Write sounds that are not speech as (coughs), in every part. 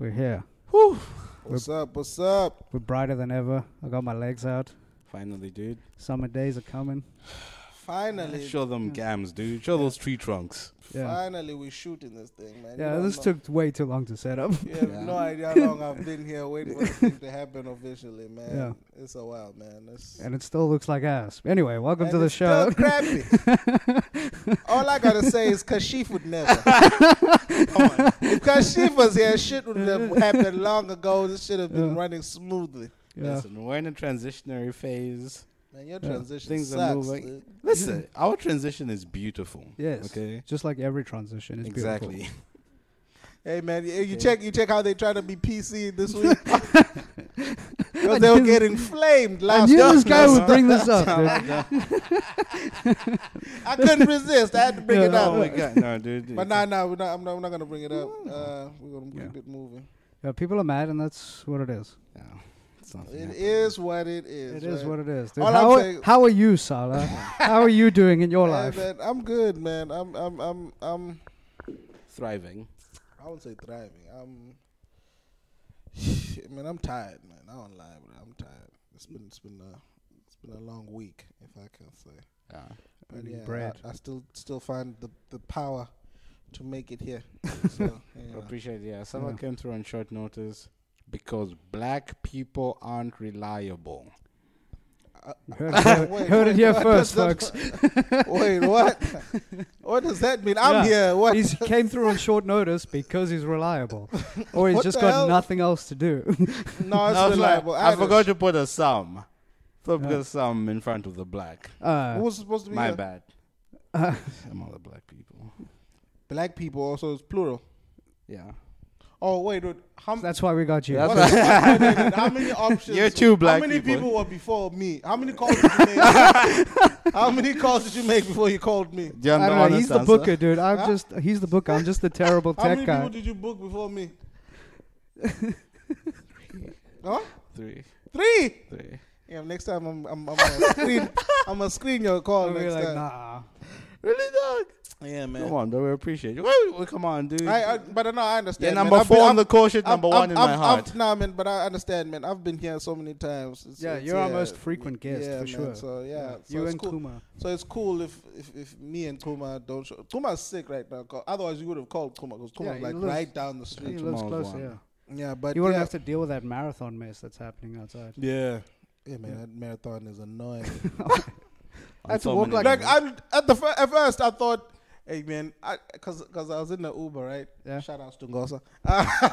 here. What's up? What's up? We're brighter than ever. I got my legs out. Finally, dude. Summer days are coming. Finally, Show them gams, dude. Show those tree trunks. Yeah. finally, we're shooting this thing, man. You Yeah, don't this know- took way too long to set up. (laughs) You have no idea how long I've been here waiting for this thing to happen officially, man. It's a while, man. It's, And it still looks like ass. Anyway, welcome to and the it's show. Still (laughs) crappy. All I gotta say is Kashif would (laughs) never. If Kashif was here, shit would (laughs) have happened long ago. This should have been Yeah. running smoothly. Yeah. Listen, we're in a transitionary phase. Man, your transition Things are sucks. moving. dude. Listen, our transition is beautiful. Yes. Okay. Just like every transition is (laughs) exactly. beautiful. Hey man, you, you check you check how they try to be PC (laughs) this week. (laughs) 'Cause they were getting flamed I last knew this week. guy would bring (laughs) this up. dude. I couldn't resist. I had to bring it Oh my up. god, no, dude. But nah, nah, we're not, I'm not, I'm not gonna bring it up. Uh, we're gonna Yeah. keep it moving. Yeah, people are mad, and that's what it is. no, it's not It happening. is what it It is. is what it is. Dude. All I'm How, saying- how are you, (laughs) Salah? how are you doing in your life? Man, I'm good, man. I'm, I'm, I'm, I'm. thriving. I wouldn't say thriving. I'm. Man, I'm tired, man. I don't lie, but I'm tired. It's been, it's been a, it's been a long week, if I can say. Yeah. But Earning yeah, bread. I, I still, still find the, the power to make (laughs) it here. So, you know. Appreciate it. Yeah, someone Yeah. came through on short notice because black people aren't reliable. You heard it here, (laughs) Wait, heard it wait, here what first, does that- folks. (laughs) Wait, what? what does that mean? Yeah. I'm here. What? He (laughs) came through on short notice because he's (laughs) reliable, or he's What just the got hell? nothing else to do. (laughs) no, it's I, was like, reliable. I Addis. forgot to put a sum. So Yeah. put a sum in front of the black. Who Uh, was supposed to be My (laughs) here? bad. I'm all the black people. Black people also is plural. Yeah. Oh wait, wait how, that's why we got you. That's what- wait, what- (laughs) wait, wait, how many options? You're two black How many people. people. were before me? How many calls did (laughs) you make? how many calls did you make before you called me? John, I don't know. He's the booker, dude. I'm Huh? just he's the booker. I'm just the terrible (laughs) How many tech guy. people did you book before me? huh? Three. Three. Three. Yeah, next time I'm I'm, I'm gonna (laughs) screen I'm gonna screen your call We're next like, time. nah. Really, dog? Yeah, man. Come on, bro. We appreciate you. Wait, wait, come on, dude. I, I, but no, I You're understand. man. number I've been- four I've- on the call sheet, number I've- one in I've- my I've- (laughs) heart. Nah, man, but I understand, man. I've been here so many times. It's- Yeah, it's- you're our most frequent guest for yeah, man, sure. So yeah, So you it's and cool. Kuma. So it's cool if, if if me and Kuma don't show. Kuma's sick right now. 'cause Otherwise, you would have called Kuma because Kuma's he like lives- right down the He street. lives tomorrow's close. one. Yeah, Yeah, but you wouldn't yeah. have to deal with that marathon mess that's happening outside. Yeah. Yeah, man, Yeah. that marathon (laughs) is annoying. On That's so walk many like- like levels. I at the fir- at first I thought, hey man, I because because I was in the Uber right. Yeah. Shout out to Ngosa. (laughs)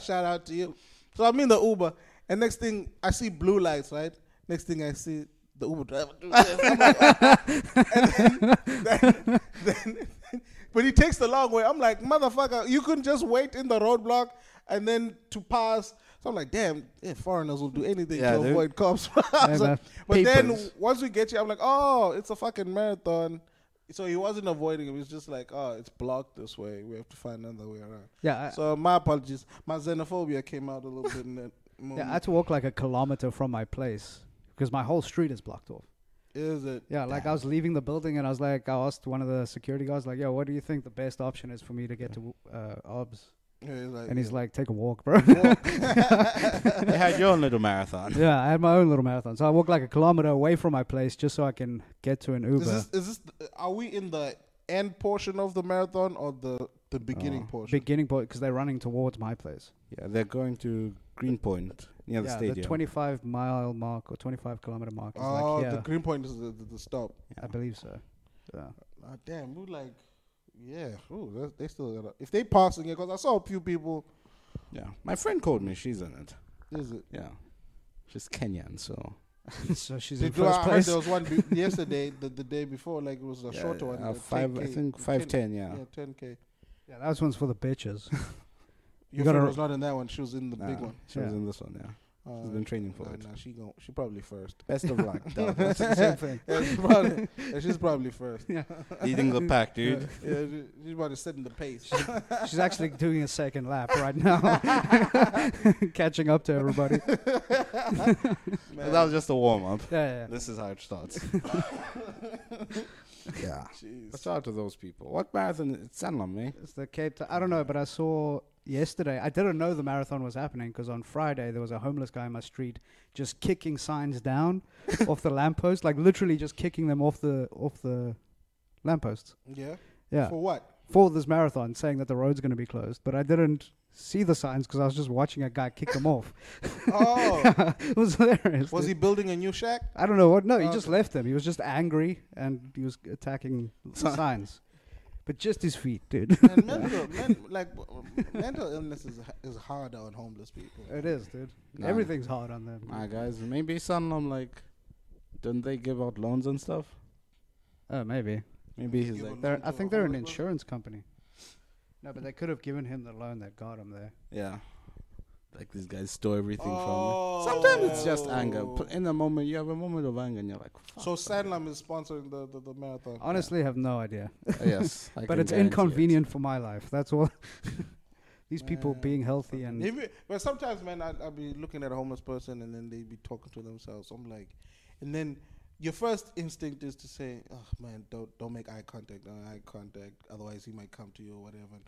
Shout out to you. So I'm in the Uber, and next thing I see blue lights right. Next thing I see the Uber driver. do this. I'm like, oh. (laughs) and then, then, then- but he takes the long way. I'm like, motherfucker, you couldn't just wait in the roadblock and then to pass. So I'm like, damn, yeah, foreigners will do anything Yeah, to dude. avoid cops. (laughs) I was Yeah, like- man. but then Papers. once we get you, I'm like, oh, it's a fucking marathon. So he wasn't avoiding him. He's just like, oh, it's blocked this way. We have to find another way around. Yeah, I, So my apologies. My xenophobia came out a little bit in that moment. (laughs) yeah. I had to walk like a kilometer from my place because my whole street is blocked off. Is it? Yeah, like I was leaving the building and I was like, I asked one of the security guys, like, yo, what do you think the best option is for me to get to uh, OBS? Uh, Yeah, he's like, And he's like, take a walk, bro. They had your own little marathon. yeah, I had my own little marathon. So I walked like a kilometer away from my place just so I can get to an Uber. is this, is this? Are we in the end portion of the marathon or the the beginning Oh, portion? beginning point because they're running towards my place. Yeah, they're going to Greenpoint near the yeah, stadium. the 25 mile mark or 25 kilometer mark is oh, like, yeah, the green point is the, the, the stop. I believe so. Yeah. (laughs) Ah, damn, we like, yeah. Ooh, that, they still got. to If they passing it, because I saw a few people. yeah, my friend called me. She's in it. Is it? Yeah, she's Kenyan, so so she's in Did you, first I heard place. there was one (laughs) be- yesterday, the, the day before, like it was a Yeah, shorter one. uh, like five, I 10K, think five ten. Yeah, Yeah, ten k. Yeah, that one's for the bitches. (laughs) Your gotta friend re- was not in that one. She was in the big Nah, one. She was Yeah. in this one. Yeah, Uh, she's been training for nah, it. nah, she gon' she probably first. Best of (laughs) luck. dog. (laughs) Yeah, That's the same thing. she's probably, yeah, she's probably first. Yeah, Leading the pack, dude. she, she's probably setting the pace. she's actually doing a second lap right (laughs) now, (laughs) catching up to everybody. (laughs) Yeah, Man, That was just a warm up. yeah, yeah. This is how it (laughs) starts. yeah. jeez. Shout out to those people. What marathon? It's Sanlam, eh? It's the Cape Town. I don't know, but I saw yesterday. I didn't know the marathon was happening because on Friday there was a homeless guy in my street just kicking signs (laughs) down off the lamppost, like literally just kicking them off the off the lampposts. Yeah. Yeah, for, For what? this marathon, saying that the road's going to be closed, but I didn't see the signs because I was just watching a guy kick them off. (laughs) Oh, (laughs) it was hilarious. was he dude. building a (laughs) new shack? I don't know what. No, he Oh, just okay. left them. He was just angry and he was (laughs) attacking Sign. signs, but just his feet, dude. (laughs) Man, mental, men, like w- w- mental illness is is harder on homeless people. It is, dude. Nah. Everything's hard on them. Nah, guys, maybe some I'm like, don't they give out loans and stuff? Oh, maybe. Maybe he's Give like, them- They're, I Mental think they're an health, bro. insurance company. No, but they could have given him the loan that got him there. yeah, like these guys store everything from. Me. Sometimes it's just anger. Oh. P- In a moment, you have a moment of anger, and you're like, Fuck. So Sandlam is sponsoring the, the, the marathon. Honestly, I have no idea. Uh, yes, I but can it's guarantee it. inconvenient for my life. That's all. (laughs) These people Man, being healthy and If it- but sometimes, man, I'd, I'd be looking at a homeless person and then they be talking to themselves. I'm like, and then your first instinct is to say, "Oh man, don't don't make eye contact, don't eye contact, otherwise he might come to you or whatever."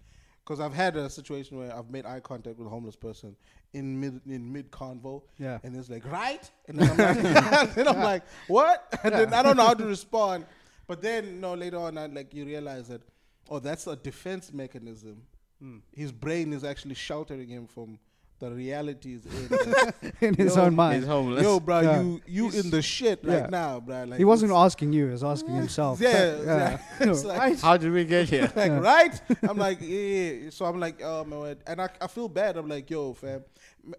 Because I've had a situation where I've made eye contact with a homeless person in mid in mid convo, yeah. and it's like right, and then I'm (laughs) (laughs) like, then I'm like what? (laughs) And then I don't know how to respond. But then, you know, later on, I, like you realize that, oh, that's a defense mechanism Mm. his brain is actually sheltering him from the realities (laughs) in (laughs) in his Yo, own He's mind. homeless. yo bro Yeah. you you He's- in the shit Yeah. right now bro like He wasn't it's- asking you; he was asking himself. (laughs) yeah, That- (laughs) yeah. It's like- Right? How did we get (laughs) here? like Yeah. right (laughs) i'm like yeah, yeah, yeah. so i'm like oh my word and I, I feel bad i'm like yo fam M-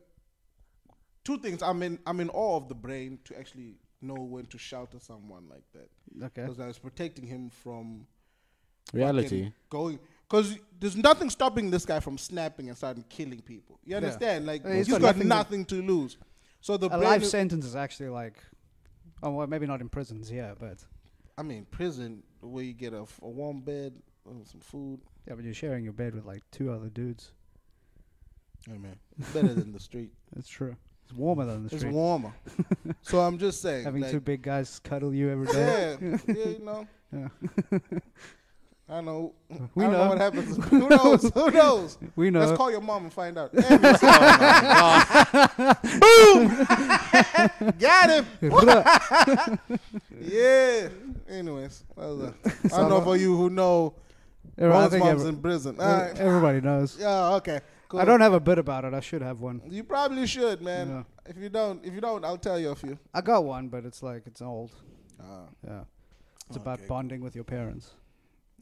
two things i'm in i'm in awe of the brain to actually know when to shelter someone like that Okay. because i was protecting him from Reality. fucking going because there's nothing stopping this guy from snapping and starting killing people. You understand? Like Yeah, he's he's got, got nothing to- nothing to lose. So the A brain, life sentence is actually like, oh, well, maybe not in prisons, yeah, but I mean, prison where you get a, f- a warm bed, uh, some food. yeah, but you're sharing your bed with like two other dudes. Hey man, it's (laughs) better than the street. That's true. It's warmer than the It's street. (laughs) warmer. so I'm just saying, Having like, two big guys cuddle you (laughs) every day. yeah, yeah, (laughs) you know. Yeah. I know. We I don't know. know. what (laughs) happens. Who knows? Who knows? we know. Let's call your mom and find (laughs) out. Anyways, Oh (laughs) Boom! Got him. (laughs) yeah. Anyways, that was a- I don't know for you who know Every- I Ron's think mom's every- in prison. All ev- right. everybody knows. Yeah. Okay. Cool. I don't have a bit about it. I should have one. You probably should, man. Yeah. If you don't, if you don't, I'll tell you a few. I got one, but it's like it's old. Ah. Yeah, it's about Okay. bonding with your parents.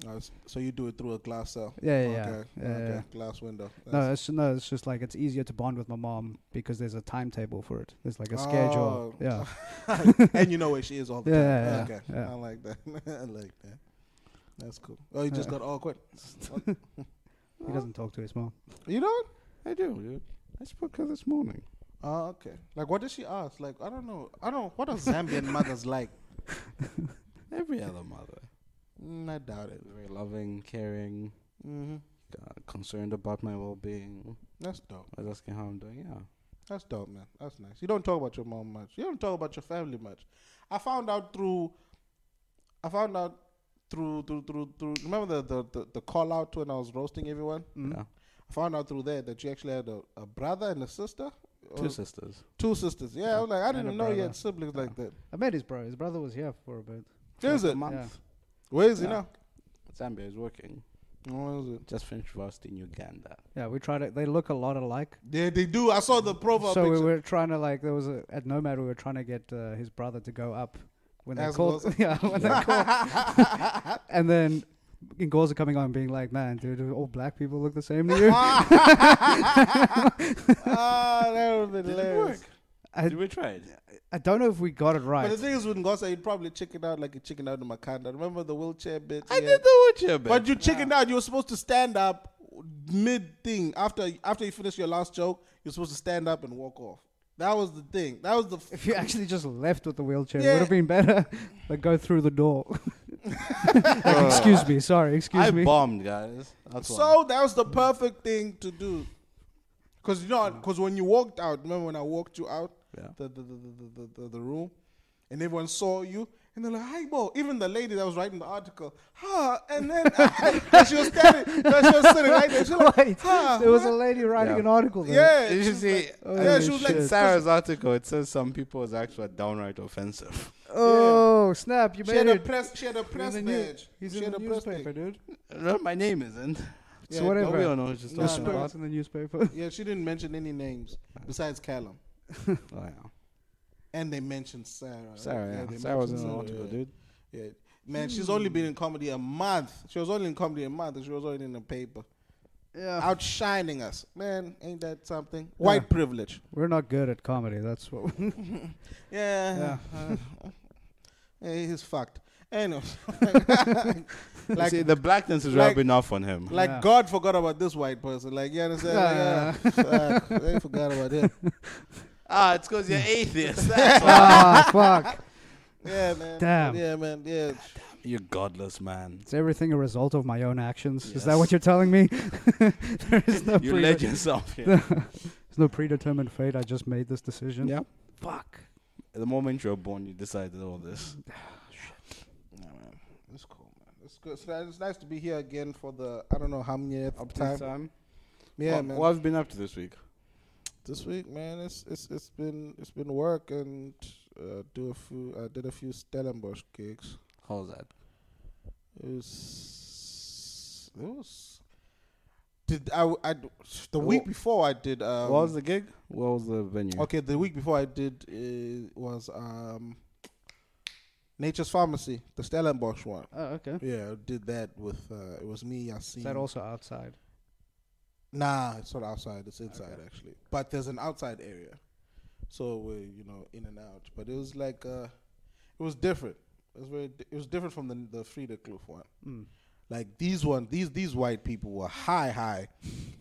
Oh, s- so you do it through a glass cell. Yeah, yeah, yeah. Okay. yeah, okay. yeah. Glass window. No, it's no, it's just like it's easier to bond with my mom because there's a timetable for it. There's like a schedule. Oh. Yeah, (laughs) and you know where she is all the (laughs) Yeah, time. yeah, okay. yeah. I like that. (laughs) I like that. That's cool. Oh, you just Yeah. got awkward. Uh-huh. he doesn't talk to his mom. You don't? I do, dude. I spoke to her this morning. Oh, okay. Like, what did she ask? Like, I don't know. I don't. What (laughs) are Zambian mothers like? Every other mother, Mm, I doubt it. very loving, caring, Mm-hmm. uh, concerned about my well-being. That's dope. I was asking how I'm doing. Yeah. That's dope, man. That's nice. You don't talk about your mom much. You don't talk about your family much. I found out through. I found out through through through through. Remember the the the, the call out when I was roasting everyone. Mm. Yeah. I found out through there that you actually had a, a brother and a sister. Two Or- sisters. Two sisters. Yeah, I was like, I And a didn't know you brother. had siblings like that. I met his bro. His brother was here for a bit. Is Like it? A month. Yeah. Where is he Yeah. now? Oh, Zambia is working. Where is it? Just finished varsity in Uganda. Yeah, we tried it. They look a lot alike. Yeah, they do. I saw the profile So we (laughs) picture. were trying to like there was a at Nomad we were trying to get uh, his brother to go up when they As called Ngozi? (laughs) yeah (laughs) when they called and then Ngoza coming on being like man dude do all black people look the (laughs) same to you ah, that would be Did it hilarious. work? I- Did we try it? I don't know if we got it But the right thing is, with Ngosa, you'd probably chicken out like you chicken out in Makanda. Remember the wheelchair bit? I Yeah. did the wheelchair bit. But you chickened out. You were supposed to stand up mid thing after after you finish your last joke. You're supposed to stand up and walk off. That was the thing. That was the. F- if you actually just left with the wheelchair it Yeah. would have been better (laughs) but go through the door (laughs) (laughs) like, excuse me sorry excuse I me (laughs) bombed, guys. That's why. So that was the perfect thing to do. Because you know, because when you walked out, remember when I walked you out Yeah. the, the, the, the, the, the, the room and everyone saw you? And they're like, hi, bo. Even the lady that was writing the article, huh? And then (laughs) and she was standing, and she was sitting right there. She's (laughs) like, Wait, huh? there was a what?" lady writing Yeah. an article there. yeah. Did you she's see? like- oh, yeah, she was shit. like, Sarah's article. It says some people's acts were downright offensive. Oh, snap, you she made had a it. press, she had a You're in press the new- badge. He's she in had the a press newspaper, badge. dude. (laughs) No, my name isn't. Yeah, so whatever. We all know what she's No, talking no. about. It's in the newspaper. Yeah, she didn't mention any names besides Callum. Oh, yeah. And they mentioned Sarah. Sarah, yeah. they Sarah was in mentioned an article, yeah. dude. (laughs) Yeah. Man, she's only been in comedy a month. She was only in comedy a month and she was already in the paper. yeah. Outshining us. Man, ain't that something? White privilege. We're not good at comedy. That's what. (laughs) We Yeah. (laughs) Yeah, he's fucked. Anyway. Like like see, the blackness is like- rubbing off on him. like Yeah. God forgot about this white person. Like, you understand? Like, yeah, fuck. They forgot about him. ah, it's (laughs) because you're atheist. ah, fuck. Yeah, man. Damn. Yeah, man. Yeah. you godless (laughs) man. Is everything a result of my own actions? Is that Yes. what you're telling me? (laughs) there is no You prede- led (laughs) yourself here. There's no predetermined fate. I just made this decision. yeah. Fuck. The moment you're born, you decided all this. Yeah, man. It's cool, man. It's good. It's nice, it's nice to be here again for the I don't know how many Up time. Yeah, what, man. What have you been up to this week? This week, man, it's it's it's been it's been work and uh, do a few. I did a few Stellenbosch gigs. How's that? It was it was. Did I, w- I d- the week Wha- before I did um, what was the gig? What was the venue? okay the week before I did uh, was um Nature's Pharmacy the Stellenbosch one Oh, okay. yeah I did that with uh, it was me Yasin Is that Mm. also outside? Nah, it's not outside. It's inside actually. But there's an outside area, so we're you know in and out. But it was like uh, it was different. It was very. Di- it was different from the the Frida Kloof one. Mm. Like these one, these these white people were high, high,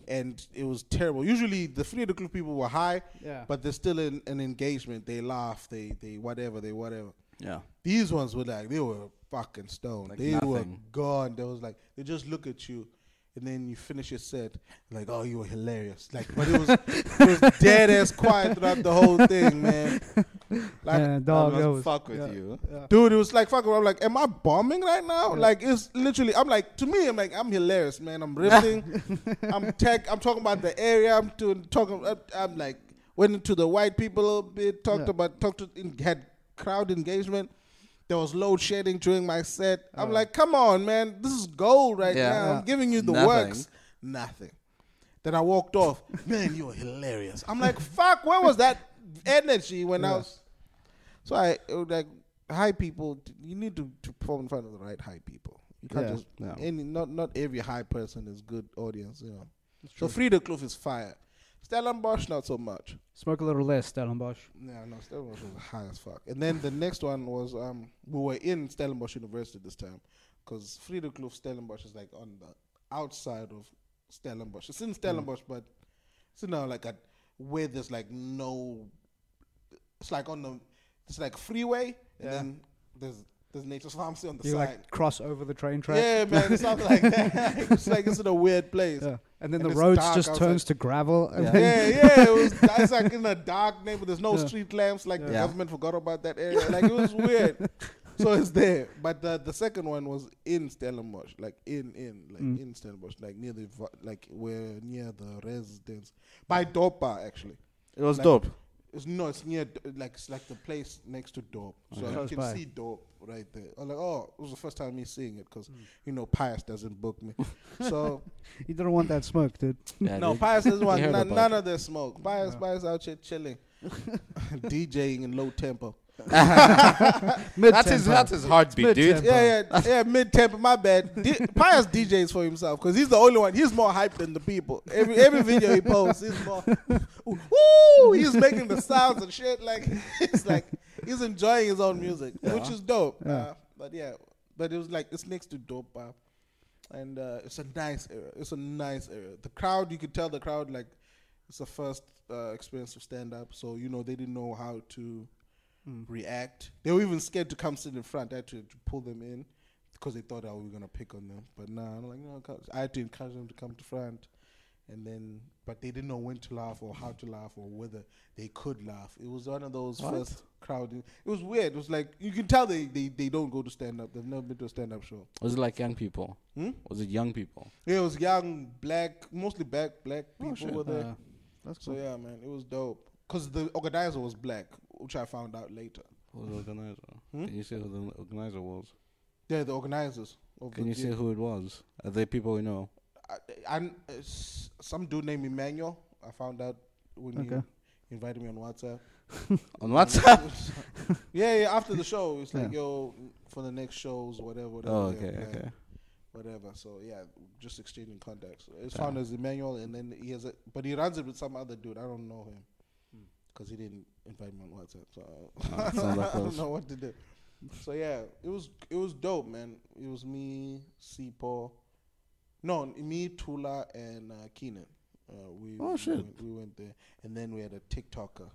and it was terrible. Usually the Frida Kloof people were high, Yeah. but they're still in an engagement. They laugh. They they whatever. They whatever. Yeah. These ones were like they were fucking stoned. Like they were nothing. gone. They was like they just look at you, and then you finish your set like, oh, you were hilarious. Like, but it was it was (laughs) dead ass quiet throughout the whole thing, man. Like, yeah, I dog. must that was- fuck with yeah. you. Yeah. dude, it was like fucking. I'm like, am I bombing right now? Like, it's literally. I'm like, to me, I'm like, I'm hilarious, man. I'm (laughs) riffing. I'm tech. I'm talking about the area. I'm doing talking. I'm, I'm like went into the white people a little bit. Talked Yeah. about talked to in, had crowd engagement. There was load shedding during my set. I'm Oh. like, come on, man, this is gold right Yeah. now. Yeah. I'm giving you the Nothing. works. Nothing. Then I walked off. man, you were hilarious. I'm like, fuck. Where was that energy when I Yeah. was? So I it was like high people. d- You need to, to perform in front of the right high people. You can't Yeah, just yeah. any not not every high person is good audience. You know. So true. Frida Kloof is fire. Stellenbosch not so much. Smoke a little less, Stellenbosch. Yeah, no, Stellenbosch was high as fuck. And then the next one was um we were in Stellenbosch University this time because Frida Kloof Stellenbosch is like on the outside of Stellenbosch. It's in Stellenbosch, but it's in a, like a where there's like no. It's like on the it's like freeway, and Yeah. then there's there's nature's pharmacy on the You side. like cross over the train track. Yeah, man, it's something like that. (laughs) it's like it's in a weird place. Yeah. And then the And it's roads dark just outside. turns to gravel. And Yeah. then Yeah, yeah, it was. It's like in a dark neighborhood. There's no Yeah. street lamps. Like the Yeah. government forgot about that area. Like it was weird. So it's there. But the the second one was in Stellenbosch, like in in like Mm. in Stellenbosch, like near the va- like we're near the residence by Dorpa actually. It was Like- (laughs) dope. It's no, it's near D- like it's like the place next to Dorp, so Okay. you Close can by. see Dorp right there. I'm like, oh, it was the first time me seeing it because Mm. you know Pius doesn't book (laughs) me, so you don't want that smoke, dude. Yeah, no, dude. Pius (laughs) doesn't want heard none, about none it. of this smoke. Pius, Pius out here (laughs) chilling, (laughs) DJing in low tempo. (laughs) That is that is heartbeat, dude. mid-tempo. Yeah, yeah, yeah, mid tempo. My bad. D- Pius DJs for himself because he's the only one. He's more hyped than the people. Every every video he posts, he's more. (laughs) Woo! He's making the sounds and shit. Like (laughs) it's like he's enjoying his own music, which is dope. Uh, but yeah, but it was like it's next to dope bar, and uh, it's a nice area. It's a nice area. The crowd, you could tell the crowd like it's the first uh, experience of stand up, so you know they didn't know how to Hmm. react. They were even scared to come sit in front. I had to, to pull them in because they thought I was gonna pick on them. But nah, I'm like, no, come- I had to encourage them to come to front, and then but they didn't know when to laugh or how to laugh or whether they could laugh. It was one of those What? first crowd. It was weird. It was like you can tell they, they, they don't go to stand up. They've never been to a stand up show. Was it like young people? Hmm? Was it young people? Yeah, it was young black, mostly black black Oh, people shit. were there. Uh, that's so cool. yeah, man, it was dope. Cause the organizer was black, which I found out later. Who was the organizer? Hmm? Can you say who the organizer was? Yeah, the organizers. Of Can the you say who it was? Are they people we know? I, I, uh, s- some dude named Emmanuel. I found out when Okay. he invited me on WhatsApp. On WhatsApp? (laughs) yeah, yeah. After the show, it's like Yeah. yo for the next shows, whatever. whatever Oh, yeah, okay, yeah, okay. Whatever. So yeah, just exchanging contacts. It's Yeah. found as Emmanuel, and then he has, a, but he runs it with some other dude. I don't know him because he didn't invite me on WhatsApp. So (laughs) Oh, sounds like I don't those. know what to do. So yeah, it was it was dope, man. It was me, Sipo, no, me, Tula, and uh, Keenan. Uh, we Oh, we shit. went, we went there, and then we had a TikToker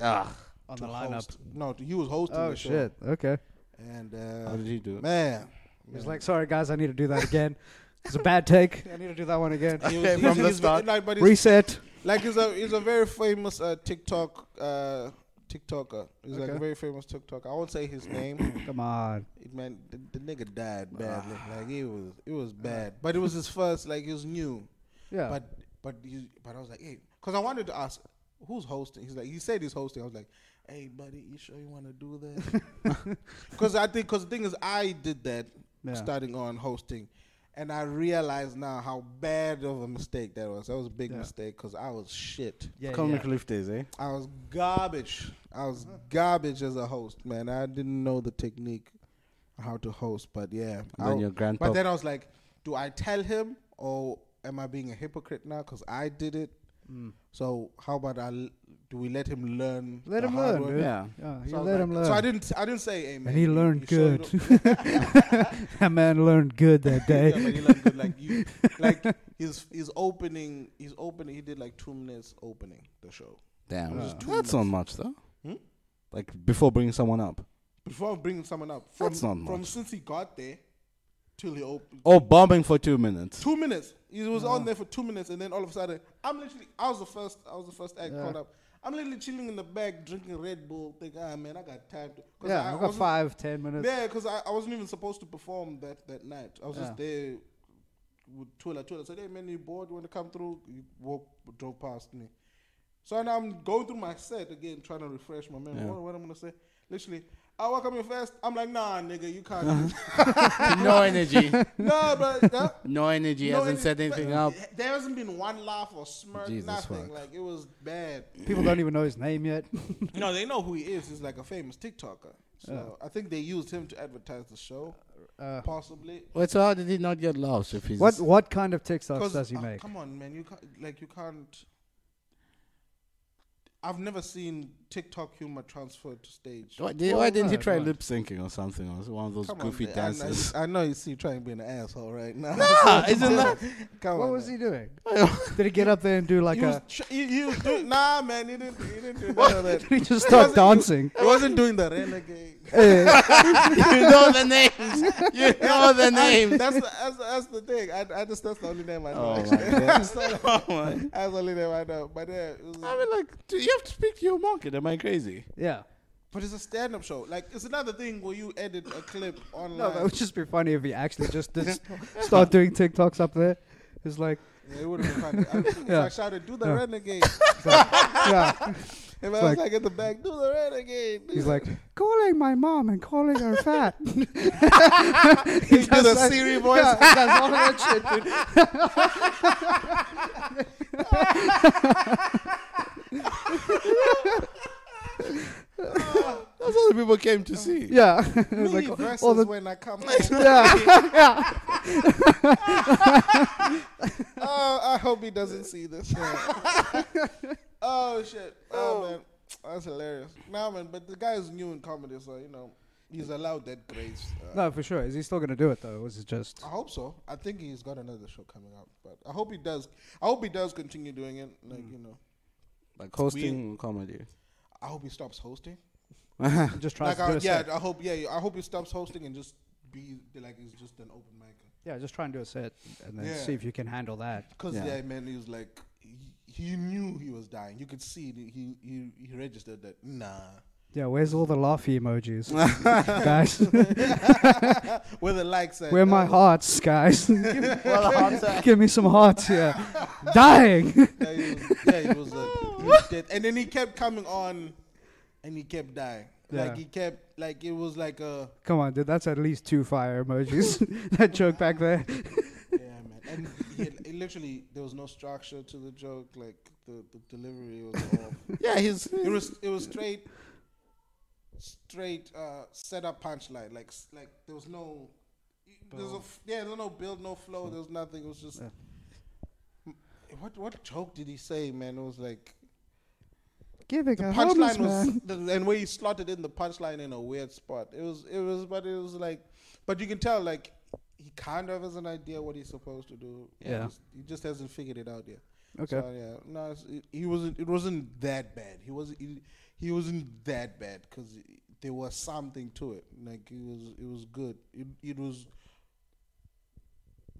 Ah, On to the lineup. host- No, he was hosting. Oh the show. shit. Okay. And how uh, did you do it? man, He's man. like, sorry guys, I need to do that again. it's a bad take. (laughs) I need to do that one (laughs) again. (laughs) He Okay, he from the he's start. Like, but he's, Reset. like he's a he's a very famous uh, TikTok uh, TikToker. He's like a Okay. very famous TikToker. I won't say his name. Come on. It man, the, the nigga Ah. died badly. Like it was, it was bad. But it was his first. Like it was new. Yeah. But but you, but I was like, hey, because I wanted to ask who's hosting. He's like, he said he's hosting. I was like, hey, buddy, you sure you want to do that? (laughs) Because I think because the thing is, I did that Yeah. starting on hosting, and I realize now how bad of a mistake that was. That was a big Yeah. mistake because I was shit. yeah, Comic Relief Days, eh? I was garbage. I was garbage as a host, man. I didn't know the technique how to host, but yeah. And then I- your grandpa. but then I was like, do I tell him or am I being a hypocrite now because I did it? Mm. So how about I l- do we let him learn? Let the him hard learn, work? dude. yeah. Yeah, you So I was let like- him learn. So I didn't. I didn't say amen. and he learned good. yeah, that man learned good (laughs) (laughs) that but day. he learned good. Like you, (laughs) like his his opening, his opening. He did like two minutes opening the show. Damn, Uh, that's not much though. Hmm? Like before bringing someone up. before bringing someone up from That's not from much. since he got there till he opened Oh, bombing for two minutes. two minutes he was on there for two minutes and then all of a sudden I'm literally I was the first I was the first act Yeah. caught up I'm literally chilling in the back drinking Red Bull think ah man I got time to 'cause (laughs) yeah, I've got wasn't- five, ten minutes. yeah because I, I wasn't even supposed to perform that that night I was Ah. just there with Twila Twila said hey man you bored you want to come through you walk drove past me so now I'm going through my set again, trying to refresh my memory. Yeah. What, what I'm gonna say? Literally, I welcome you first. I'm like, nah, nigga, you can't. (laughs) do this." (laughs) no (laughs) energy. no, but no, No energy. no, hasn't it- set but anything up. There hasn't been one laugh or smirk, Jesus nothing. fuck. Like it was bad. People don't even know his name (laughs) yet. no, they know who he is. He's like a famous TikToker. So I think they used him to advertise the show, Uh, possibly. Wait, so how did he not get lost? If he's what what kind of TikToks 'Cause, does he uh, make? Come on, man, you can't, like you can't. I've never seen TikTok humor transferred to stage. Why, did, Well, why didn't he no, try no. lip syncing or something? Or one of those Come goofy man. I know- dances? I know you see trying to be an asshole right now. (laughs) Nah, isn't that? Come What on, was man. he doing? (laughs) Did he get up there and do like He was, a? tr- he, he was (laughs) doing, nah, man, he didn't, he didn't do none of that. (laughs) Did he just start dancing? (laughs) He wasn't doing the renegade. (laughs) Eh, (laughs) you know the names. You know the names. That's the, that's, the, that's the thing. I, I just that's the only name I know. Oh (laughs) my actually. that's, the, Oh my. that's the only name I know. But yeah, it was, I mean, like, do you have to speak to your market? Am I crazy? yeah. but it's a stand-up show. Like it's another thing where you edit a clip online. No, that would just be funny if he actually just (laughs) did s- start doing TikToks up there. It's like, yeah, it would have been funny. I, Yeah. If I shouted, "Do the Yeah. renegade!" If yeah. I was Like- like, at the back, "Do the renegade!" He's (laughs) like calling my mom and calling her fat. he (laughs) does do the Siri voice. (laughs) Yeah, he does all of that shit, dude. (laughs) (laughs) Oh. That's all the people came to see. Yeah, (laughs) Me Like, versus all the- when I (laughs) come home. yeah, yeah. (laughs) oh, I hope he doesn't (laughs) see this. (laughs) oh shit! Oh, man, that's hilarious. Nah, man, but the guy is new in comedy, so you know he's allowed that grace. Uh, No, for sure. Is he still gonna do it though? Or is it just? I hope so. I think he's got another show coming out, but I hope he does. I hope he does continue doing it. Like Mm. you know, Like hosting comedy. I hope he stops hosting. just tries (laughs) Like to do I, a yeah, set. I hope yeah, I hope he stops hosting and just be like he's just an open micer. Yeah, just try and do a set and then Yeah. see if you can handle that. Because Yeah. yeah. man, he was like, he, he knew he was dying. You could see it. He he he registered that. Nah. (laughs) Yeah, where's all the laughy emojis, guys? Where the likes (laughs) at? Where are my Oh, hearts, (laughs) guys? give, Well, the hearts are- give me some hearts here. Dying. (laughs) Yeah, he was, yeah, he was, like, he was dead. And then he kept coming on, and he kept dying. Yeah. Like he kept like it was like a Come on, dude. That's at least two fire emojis. (laughs) that joke back there. yeah man. And he, had- he literally there was no structure to the joke. Like the, the delivery was off. Yeah, he's It was it was straight straight uh setup punchline. Like s- like there was no there's a f- yeah, there was no build, no flow, there was nothing. It was just what what joke did he say, man? It was like Giving the a punchline homeless was man. the, and where he slotted in the punchline in a weird spot. It was it was but it was like but you can tell like he kind of has an idea what he's supposed to do. He Yeah. just, he just hasn't figured it out yet. Okay. So, yeah. No, it's- it, he wasn't. It wasn't that bad. He was. He, he wasn't that bad because there was something to it. Like it was. It was good. It, it was.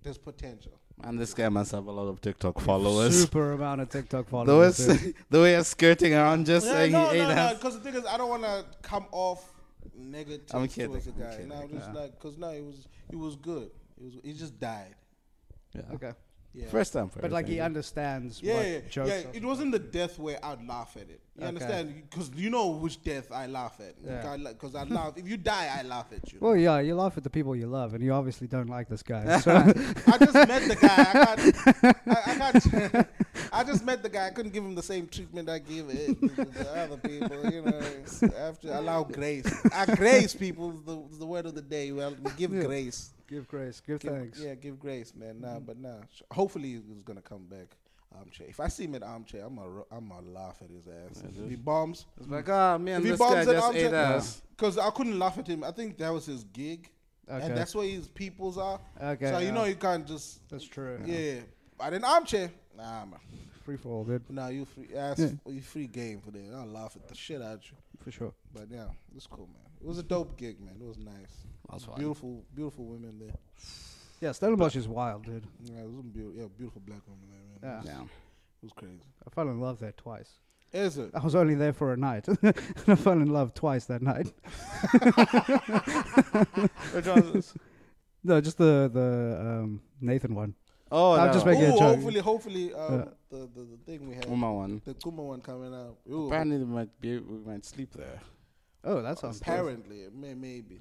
There's potential. and this guy must have a lot of TikTok followers. Super amount of TikTok The way, followers. (laughs) dude. (laughs) s- the way you're skirting around just Yeah, saying no, he ate no, no. ass. Because the thing is, I don't want to come off negative I'm towards kidding, the I'm guy. kidding. No, I'm just like because no, it was. It was good. It was. He just died. Yeah. Okay. Yeah. First time for But like he everything. understands Yeah, what yeah, yeah. jokes yeah. are. It wasn't the death where I'd laugh at it. You Okay. understand? Because you know which death I laugh at. Yeah. Because I laugh. If you die, I laugh at you. Well, yeah, you laugh at the people you love, and you obviously don't like this guy. So (laughs) (laughs) I just met the guy. I can't. I, I, can't I just met the guy. I couldn't give him the same treatment I give it, the, the other people. You know, I have to allow grace. I grace people is the, is the word of the day. Well, we give Yeah. grace. give grace, give Give- thanks. Mm-hmm. Yeah, give grace, man. Nah, but nah. Sh- Hopefully he's gonna come back. Armchair. If I see him at armchair, I'm gonna I'm gonna laugh at his ass. If he bombs, It's like, ah, me if and he this guy bombs at just ate armchair, ass. because I couldn't laugh at him. I think that was his gig, Okay. and that's where his peoples are. Okay, so you yeah. know you can't just That's true. yeah. But an armchair, nah, man. Free fall, dude, Nah, you free, ass, Yeah. you free game for that. I'll laugh at the shit out you. for sure. But yeah, it's cool, man. It was a dope gig, man. It was nice. That's fine. beautiful, beautiful women there. Yeah, Stellenbosch is wild, dude. Yeah, it was beautiful. Yeah, beautiful black women there, man. Yeah. Yeah. It was crazy. I fell in love there twice. Is it? I was only there for a night. (laughs) and I fell in love twice that night. Which one is this? No, just the the um, Nathan one. Oh, I'm that just one. making a Ooh, joke. hopefully, hopefully, um, Yeah. the, the the thing we had, Uma one. the Kuma one coming out. Ooh, Apparently, we might be we might sleep there. Oh, that sounds cool. apparently, may, maybe,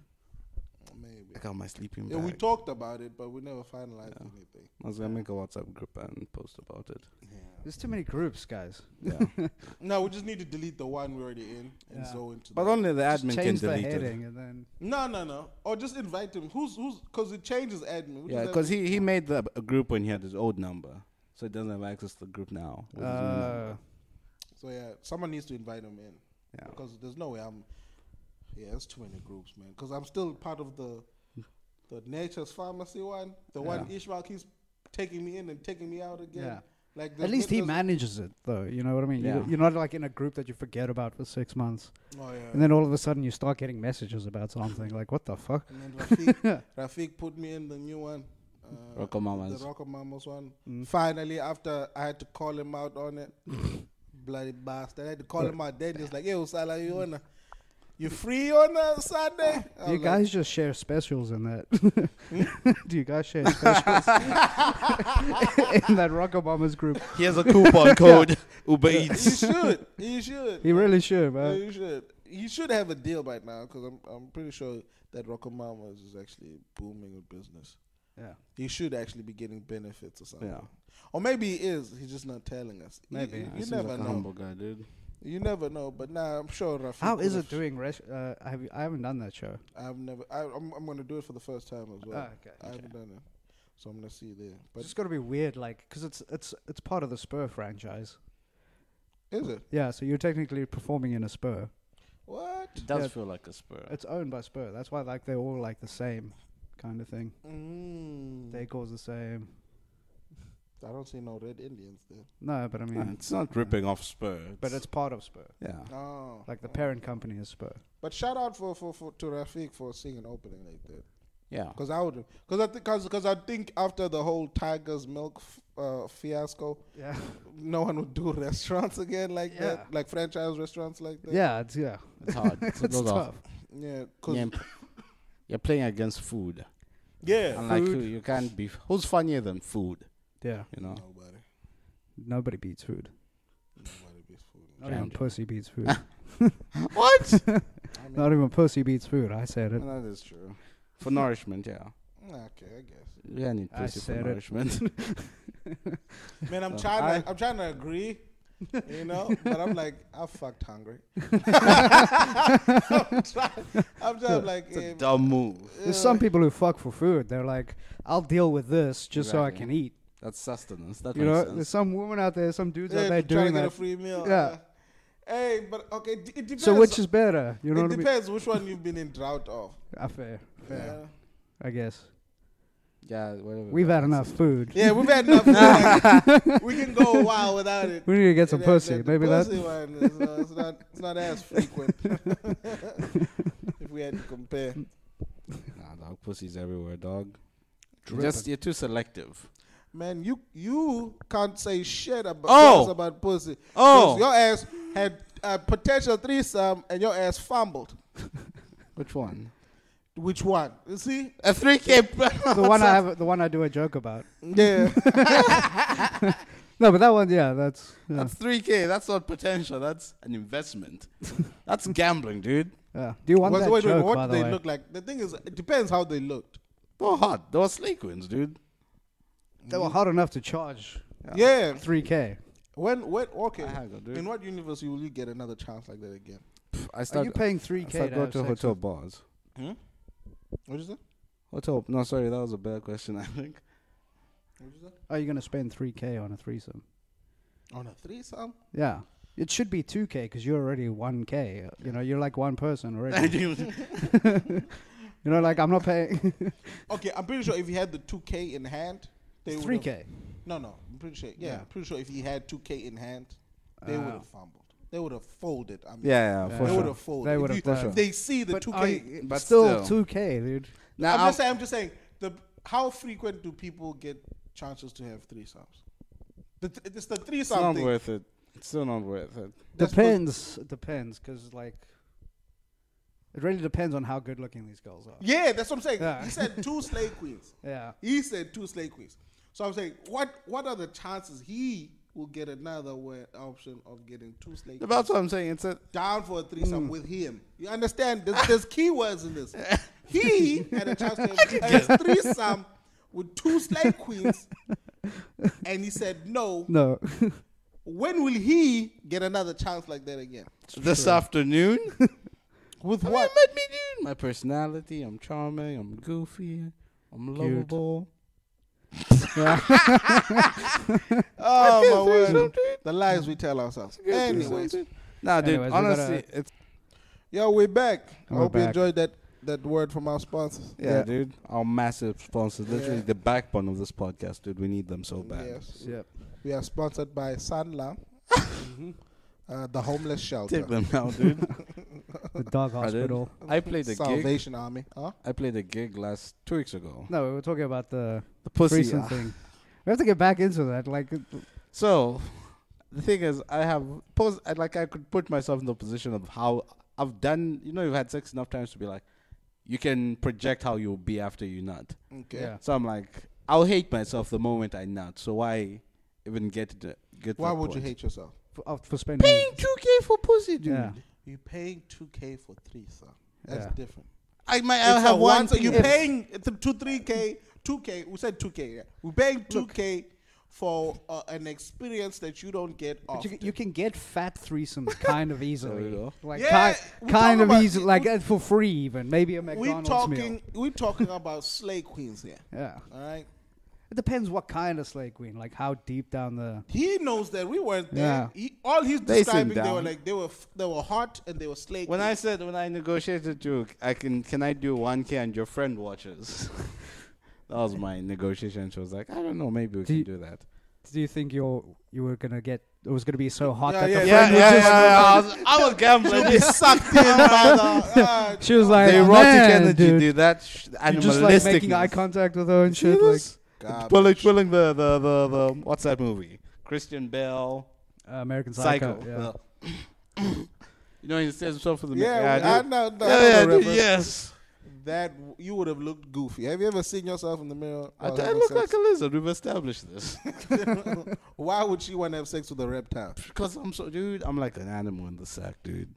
maybe. I got my sleeping Yeah, bag. we talked about it, but we never finalized anything. I was gonna make a WhatsApp group and post (laughs) about it. There's too many groups, guys. Yeah. No, we just need to delete the one we're already in and Yeah. go into. but the- only the Just admin can change the delete it. heading and then no, no, no. Or just invite him. Who's who's? Because it changes admin. We Yeah, just because have- he he made the a group when he had his old number, so he doesn't have access to the group now. with his new uh, number. So yeah, someone needs to invite him in. Yeah. Because there's no way I'm. Yeah, there's too many groups, man. Because I'm still part of the, the Nature's Pharmacy one. The one Yeah. Ishmael keeps taking me in and taking me out again. Yeah. Like at there's- least he there's- manages it though. You know what I mean? Yeah. You, you're not like in a group that you forget about for six months, Oh yeah. and then all of a sudden you start getting messages about something. Like what the fuck? And then (laughs) Rafiq, Rafiq put me in the new one. Uh, Rocco Mamas. The Rocco Mamas one. Mm. Finally, after I had to call him out on (laughs) it, bloody bastard. I had to call him out. Then he's like, yo, Salah, you on a- You free on a Sunday? I Do you was guys just share specials in that? (laughs) Do you guys share (laughs) specials in that Rock Obama's group? He has (laughs) a coupon code (laughs) Uber Eats. Like, you should. You should. He really should, man. you should. You should have a deal by now because I'm, I'm pretty sure that Rocco Mamas is actually booming with business. Yeah. He should actually be getting benefits or something. Yeah. Or maybe he is. He's just not telling us. You- Maybe. You, Yeah, He you seems never like a know. humble guy, dude. You never know. But nah, I'm sure Rafiq. How is would've- it doing? Res- uh, I have I haven't done that show. I've never. I, I'm, I'm going to do it for the first time as Ah, well. okay. I haven't done it. So I'm going to see there. But It's just got to be weird, like, because it's it's it's part of the Spur franchise. is it? Yeah, so you're technically performing in a Spur. What? It does Yeah. feel like a spur. It's owned by Spur. That's why like they're all like the same kind of thing. Mm. They cause the same. I don't see no red Indians there. No, but I mean, Uh, it's not ripping off Spur. but it's part of Spur. yeah. Oh. Like the parent company is Spur. But shout out for, for, for to Rafiq for seeing an opening like that. Yeah. Because I would, because I think, because I think after the whole Tiger's Milk f- uh, fiasco, Yeah. no one would do (laughs) restaurants again like Yeah. that, like franchise restaurants like (laughs) that. Yeah, it's yeah. It's hard. (laughs) It's, It's those are- tough. yeah, because yeah, yeah. You're playing against food. yeah. Unlike you, Food. you can't be. Who's funnier than food? Yeah. You know. Nobody, Nobody beats food. nobody beats food. Not even Giant. pussy beats food. (laughs) What? I mean, Not even pussy beats food. I said it. that is true. For nourishment, yeah. okay, I (laughs) guess. Yeah, I need Hmm. I pussy for said it. nourishment. (laughs) (laughs) Man, I'm trying. to, I'm trying to agree, you know, but I'm like, I fucked hungry. (laughs) I'm trying. I'm just like, it's a eh, dumb move. There's some people who fuck for food. They're like, I'll deal with this just so I Exactly. can eat. That's sustenance. That You makes know, sense. there's some women out there, some dudes eh, out there trying to doing get a that. free meal. uh, Yeah. Hey, but okay, d- it depends. So which is better? You know it what I mean? depends which one you've been in drought of. Ah, fair, fair. Yeah. I guess Yeah, whatever. we've had enough food. Yeah, we've had enough. (laughs) Like, we can go a while without it. We need to get some Yeah, pussy. the- the Maybe that. pussy one is, uh, it's, not, it's not (laughs) as frequent. (laughs) if we had to compare. Nah, dog. Pussy's everywhere, dog. Dripping. Just you're too selective. Man, you you can't say shit about Oh. to us about pussy. 'Cause Oh. your ass had a potential threesome and your ass fumbled. Which one? Which one? You see? A three K. (laughs) The one I have, the one I do a joke about. Yeah. No, but that one, yeah, that's yeah, That's three K. That's not potential. That's an investment. that's gambling, dude. yeah. uh, Do you want Wait, that wait, wait, joke? by what the did they way? look like? The thing is, it depends how they looked. They were hot. They were slake wins, dude. They were hot enough to charge Yeah. three k. When, when, okay. I had to do it. In what universe will you get another chance like that again? I Are start. you paying three I k? start go to hotel bars. Hmm? What is that? Hotel? No, sorry, that was a bad question. I think. What is that? Are you going to spend three k on a threesome? On a threesome? Yeah, it should be two k because you're already one k. You know, you're like one person (laughs) already. (laughs) you know, like I'm not paying Okay, I'm pretty sure if he had the 2K in hand, (laughs) they would. three k. No, no, I'm pretty sure. Yeah, Yeah. I'm pretty sure if he had 2K in hand, they Ah. would have fumbled. They would have folded. I mean, yeah, yeah, Yeah. for they sure. would have folded. They If would have you- done if it. they see the But 2K. are you- but still still. two k, dude. Now, I'm I'll- just saying. I'm just saying. The how frequent do people get chances to have threesomes? The th- it's the it's not threesome thing. worth it. It's still not worth it. That's Depends. It depends because like it really depends on how good looking these girls are. what- yeah, that's what I'm saying. Yeah. He said two slay queens. Yeah. He said two slay queens. So I'm saying, what what are the chances he will get another way, option of getting two slay queens? That's what I'm saying. It's a down for a threesome with him. You understand? There's, there's keywords in this. He had a chance to have a threesome with two slave queens, and he said no. (laughs) No. When will he get another chance like that again? this afternoon. With I mean, what? let me do my personality. I'm charming. I'm goofy. I'm lovable. Oh my word! Yes, dude. The lies we tell ourselves. Anyways, Nah, dude. Anyways, we gotta- honestly, it's yo, we're back. I We're hope you back. enjoyed that that word from our sponsors. yeah, Yeah. dude. Our massive sponsors, literally Yeah. the backbone of this podcast, dude. We need them so bad. Yes, Yep. we are sponsored by Sunlam, uh, the homeless shelter, Take them out, (laughs) dude. The dog I did. hospital. I played a gig. Salvation Army. Huh? I played a gig last two weeks ago. No, we were talking about the The pussy. threesome ah. thing. We have to get back into that. Like, uh, it- So, the thing is, I have pos- I, like I could put myself in the position of how I've done. You know, you've had sex enough times to be like, you can project how you'll be after you nut. Okay. yeah. So I'm like, I'll hate myself the moment I nut. So why even get to the- get? to Why that would you point? hate yourself? For, uh, for spending. Paying two K for pussy, dude. Yeah. You're paying two k for three, sir. That's Yeah. different. I might It's I'll a have one. So you're penis. paying th- two three k, two k. We said two k. Yeah. We're paying two k for uh, an experience that you don't get But you, often. c- you can get fat threesomes (laughs) kind of easily. go. Like, Yeah, ki- we're kind talking of about- easy. we- Like, uh, for free, even. Maybe a we're McDonald's talking. meal. We're talking about slay queens here. Yeah. All right. It depends what kind of slay queen. Like, how deep down the. He knows that we weren't there. He, all he's They sit describing, they were down. like they were f- they were hot and they were slay. When I queens. said when I negotiated you, I can can I do one K and your friend (laughs) watches. that was my negotiation. She was like, I don't know, maybe we Do can you- do that. do you think you're you were gonna get? It was gonna be so hot Yeah, that yeah, the yeah, friend would just- I was, I was gambling. (laughs) Be sucked in by the. ah, She was like, the erotic "Man, energy, dude, dude. that sh- You're just like animalistic. making eye contact with her and shit. Like, Jesus. God. pulling, pulling the, the, the, the what's that movie? Christian Bell, uh, American Psycho. Psycho. Yeah. (coughs) you know he says himself for the yeah, dude. I know. no, I yeah, yeah, don't dude, remember. yes. That w- you would have looked goofy. Have you ever seen yourself in the mirror? I, while d- I having look sex? like a lizard. We've established this (laughs) Why would she want to have sex with a reptile? because I'm so dude. I'm like an animal in the sack, dude.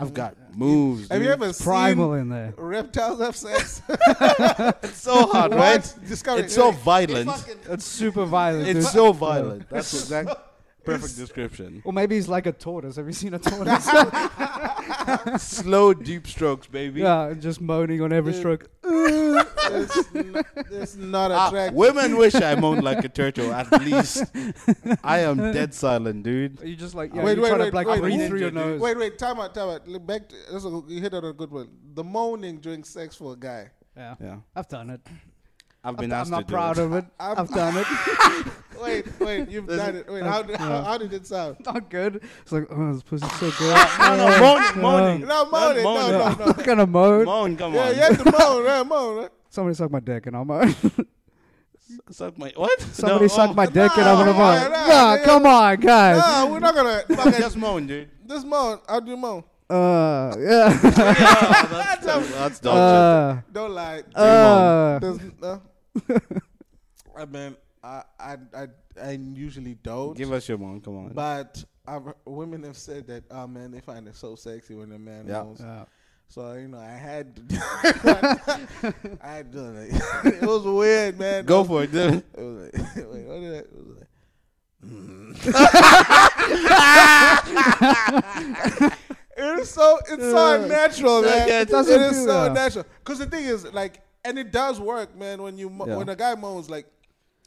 I've got moves. Have you dude. ever Primal in there. seen reptiles have (laughs) sex? It's so (laughs) hard, right? What? Discovery. It's so Hey, violent. fucking- It's super violent. It's dude. (laughs) so violent. That's (laughs) exact perfect description. (laughs) Or maybe he's like a tortoise. Have you seen (laughs) a tortoise? (laughs) Slow, deep strokes, baby. yeah, just moaning on every Dude. stroke. it's, n- it's not Ah, attractive. women wish I moaned like (laughs) a turtle. At (laughs) least I am dead silent, dude. You just like yeah, Wait, you're wait, trying wait, to like wait, breathe who- through your dude. nose. Wait, wait, time out, time out. Look Back to, that's a, you hit on a good one. The moaning during sex for a guy. Yeah. Yeah, I've done it. I've been I'm asked to not do proud it. of it. I'm- I've done it. (laughs) Wait, wait, you've done it. Wait, how, how, how did it sound? not good. It's like, oh, this pussy's so good. No, no, (laughs) moaning, moaning. No, moaning. No, no, (laughs) (laughs) I'm no. not gonna moan. Moan, come Yeah, on. you had to moan, right? Moan, (laughs) right? Somebody suck my dick and I'll moan. (laughs) Suck my (laughs) what? Somebody No, suck oh. my dick and I'm no, gonna moan. no, Nah, no, come on, guys. No, we're not gonna. (laughs) fucking- Just moan, dude. This moan, how do you moan? Uh, yeah. Yeah, (laughs) that's, that's dog shit. (laughs) Uh, Don't lie. uh, (laughs) There's, no. I mean, I, I, I, I usually don't. Give us your moan, come on. But I've, women have said that, oh man, they find it so sexy when a man Yeah. moans. yeah. So you know, I had, to do (laughs) it. I had done it. It (laughs) was weird, man. Go for it, dude. It was like, (laughs) wait, what did I? It was like, (laughs) it is so it's so unnatural, Yeah, man. yeah, it it doesn't is do so that. unnatural. Cause the thing is, like, and it does work, man. When you mo- Yeah. when a guy moans, like,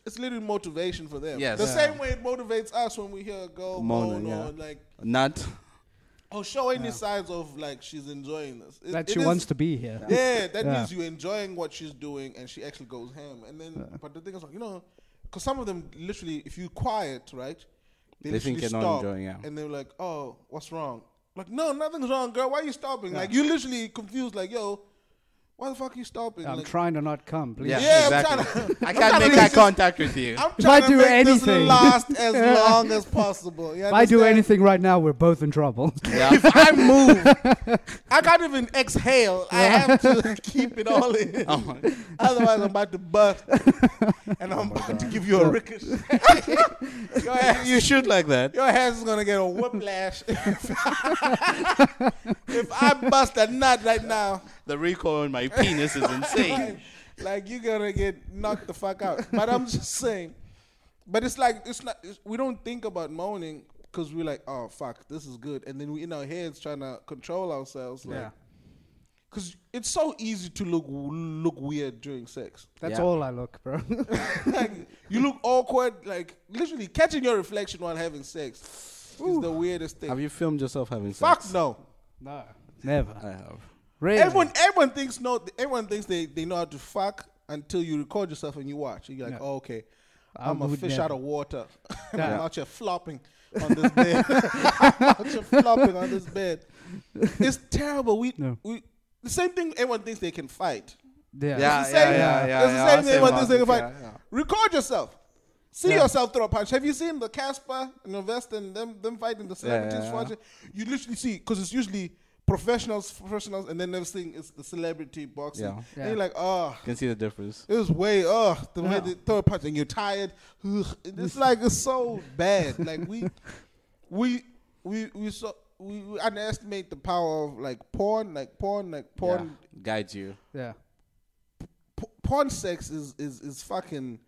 it's literally motivation for them. Yes. The Yeah. same way it motivates us when we hear a girl Moaning, moan or yeah. like (laughs) Not. or show any signs of like she's enjoying this. It- That it she is- wants to be here. yeah, that Yeah. means you're enjoying what she's doing, and she actually goes ham. And then, but the thing is, like you know, because some of them literally, if you quiet, right, They think literally you're not stop, enjoying, yeah. and they're like, "Oh, what's wrong?" Like, no, nothing's wrong, girl. Why are you stopping? Like, you literally confused. Like, yo, why the fuck are you stopping? I'm like, trying to not come, please. Yeah, Yeah, I'm exactly. tryna- I tryna can't make make eye this- contact with you. (laughs) I'm If I trying to do make anything- this last (laughs) as long as possible. You If I do understand? anything right now, we're both in trouble. (laughs) Yeah. If I move, I can't even exhale. (laughs) I have to keep it all in. Oh (laughs) Otherwise, I'm about to bust, and Oh I'm about to give you a ricochet. (laughs) (laughs) your, ass, (laughs) you shoot like that. your ass is gonna get a whiplash. (laughs) if I bust a nut right now, The recoil on my penis is insane. like you're gonna get knocked the fuck out. But I'm just saying. But it's like it's not. It's, we don't think about moaning because we're like, oh fuck, this is good, and then we in our heads trying to control ourselves. Like, Cause it's so easy to look look weird during sex. (laughs) That's Yeah. all I look, bro. (laughs) like you look awkward. Like literally catching your reflection while having sex is the weirdest thing. (laughs) Have you filmed yourself having Fuck sex? no. no. Never. I have. Really? Everyone everyone thinks no. Everyone thinks they, they know how to fuck until you record yourself and you watch. You're like, Yeah. oh, okay, I I'm a would fish never. out of water. (laughs) I'm Yeah. out here flopping on this bed. (laughs) I'm out here flopping on this bed. It's terrible. We No. we the same thing. Everyone thinks they can fight. Yeah. Yeah, It's the yeah, same- yeah, yeah. it's the yeah, same I'll thing say with about this thing it, about- yeah, yeah. Record yourself. See Yeah. yourself throw a punch. Have you seen the Casper and the Vest and them them fighting the celebrities? yeah, yeah. watching? You literally see because it's usually professionals, professionals, and then next thing is the celebrity boxing. Yeah. Yeah. And you're like, oh, You can see the difference. it was way oh the way Yeah. they throw a punch and you're tired. Ugh. It's like it's so bad. Like we we we we so we, we underestimate the power of like porn, like porn, like porn Yeah. Guides you. Yeah. p- porn sex is is is fucking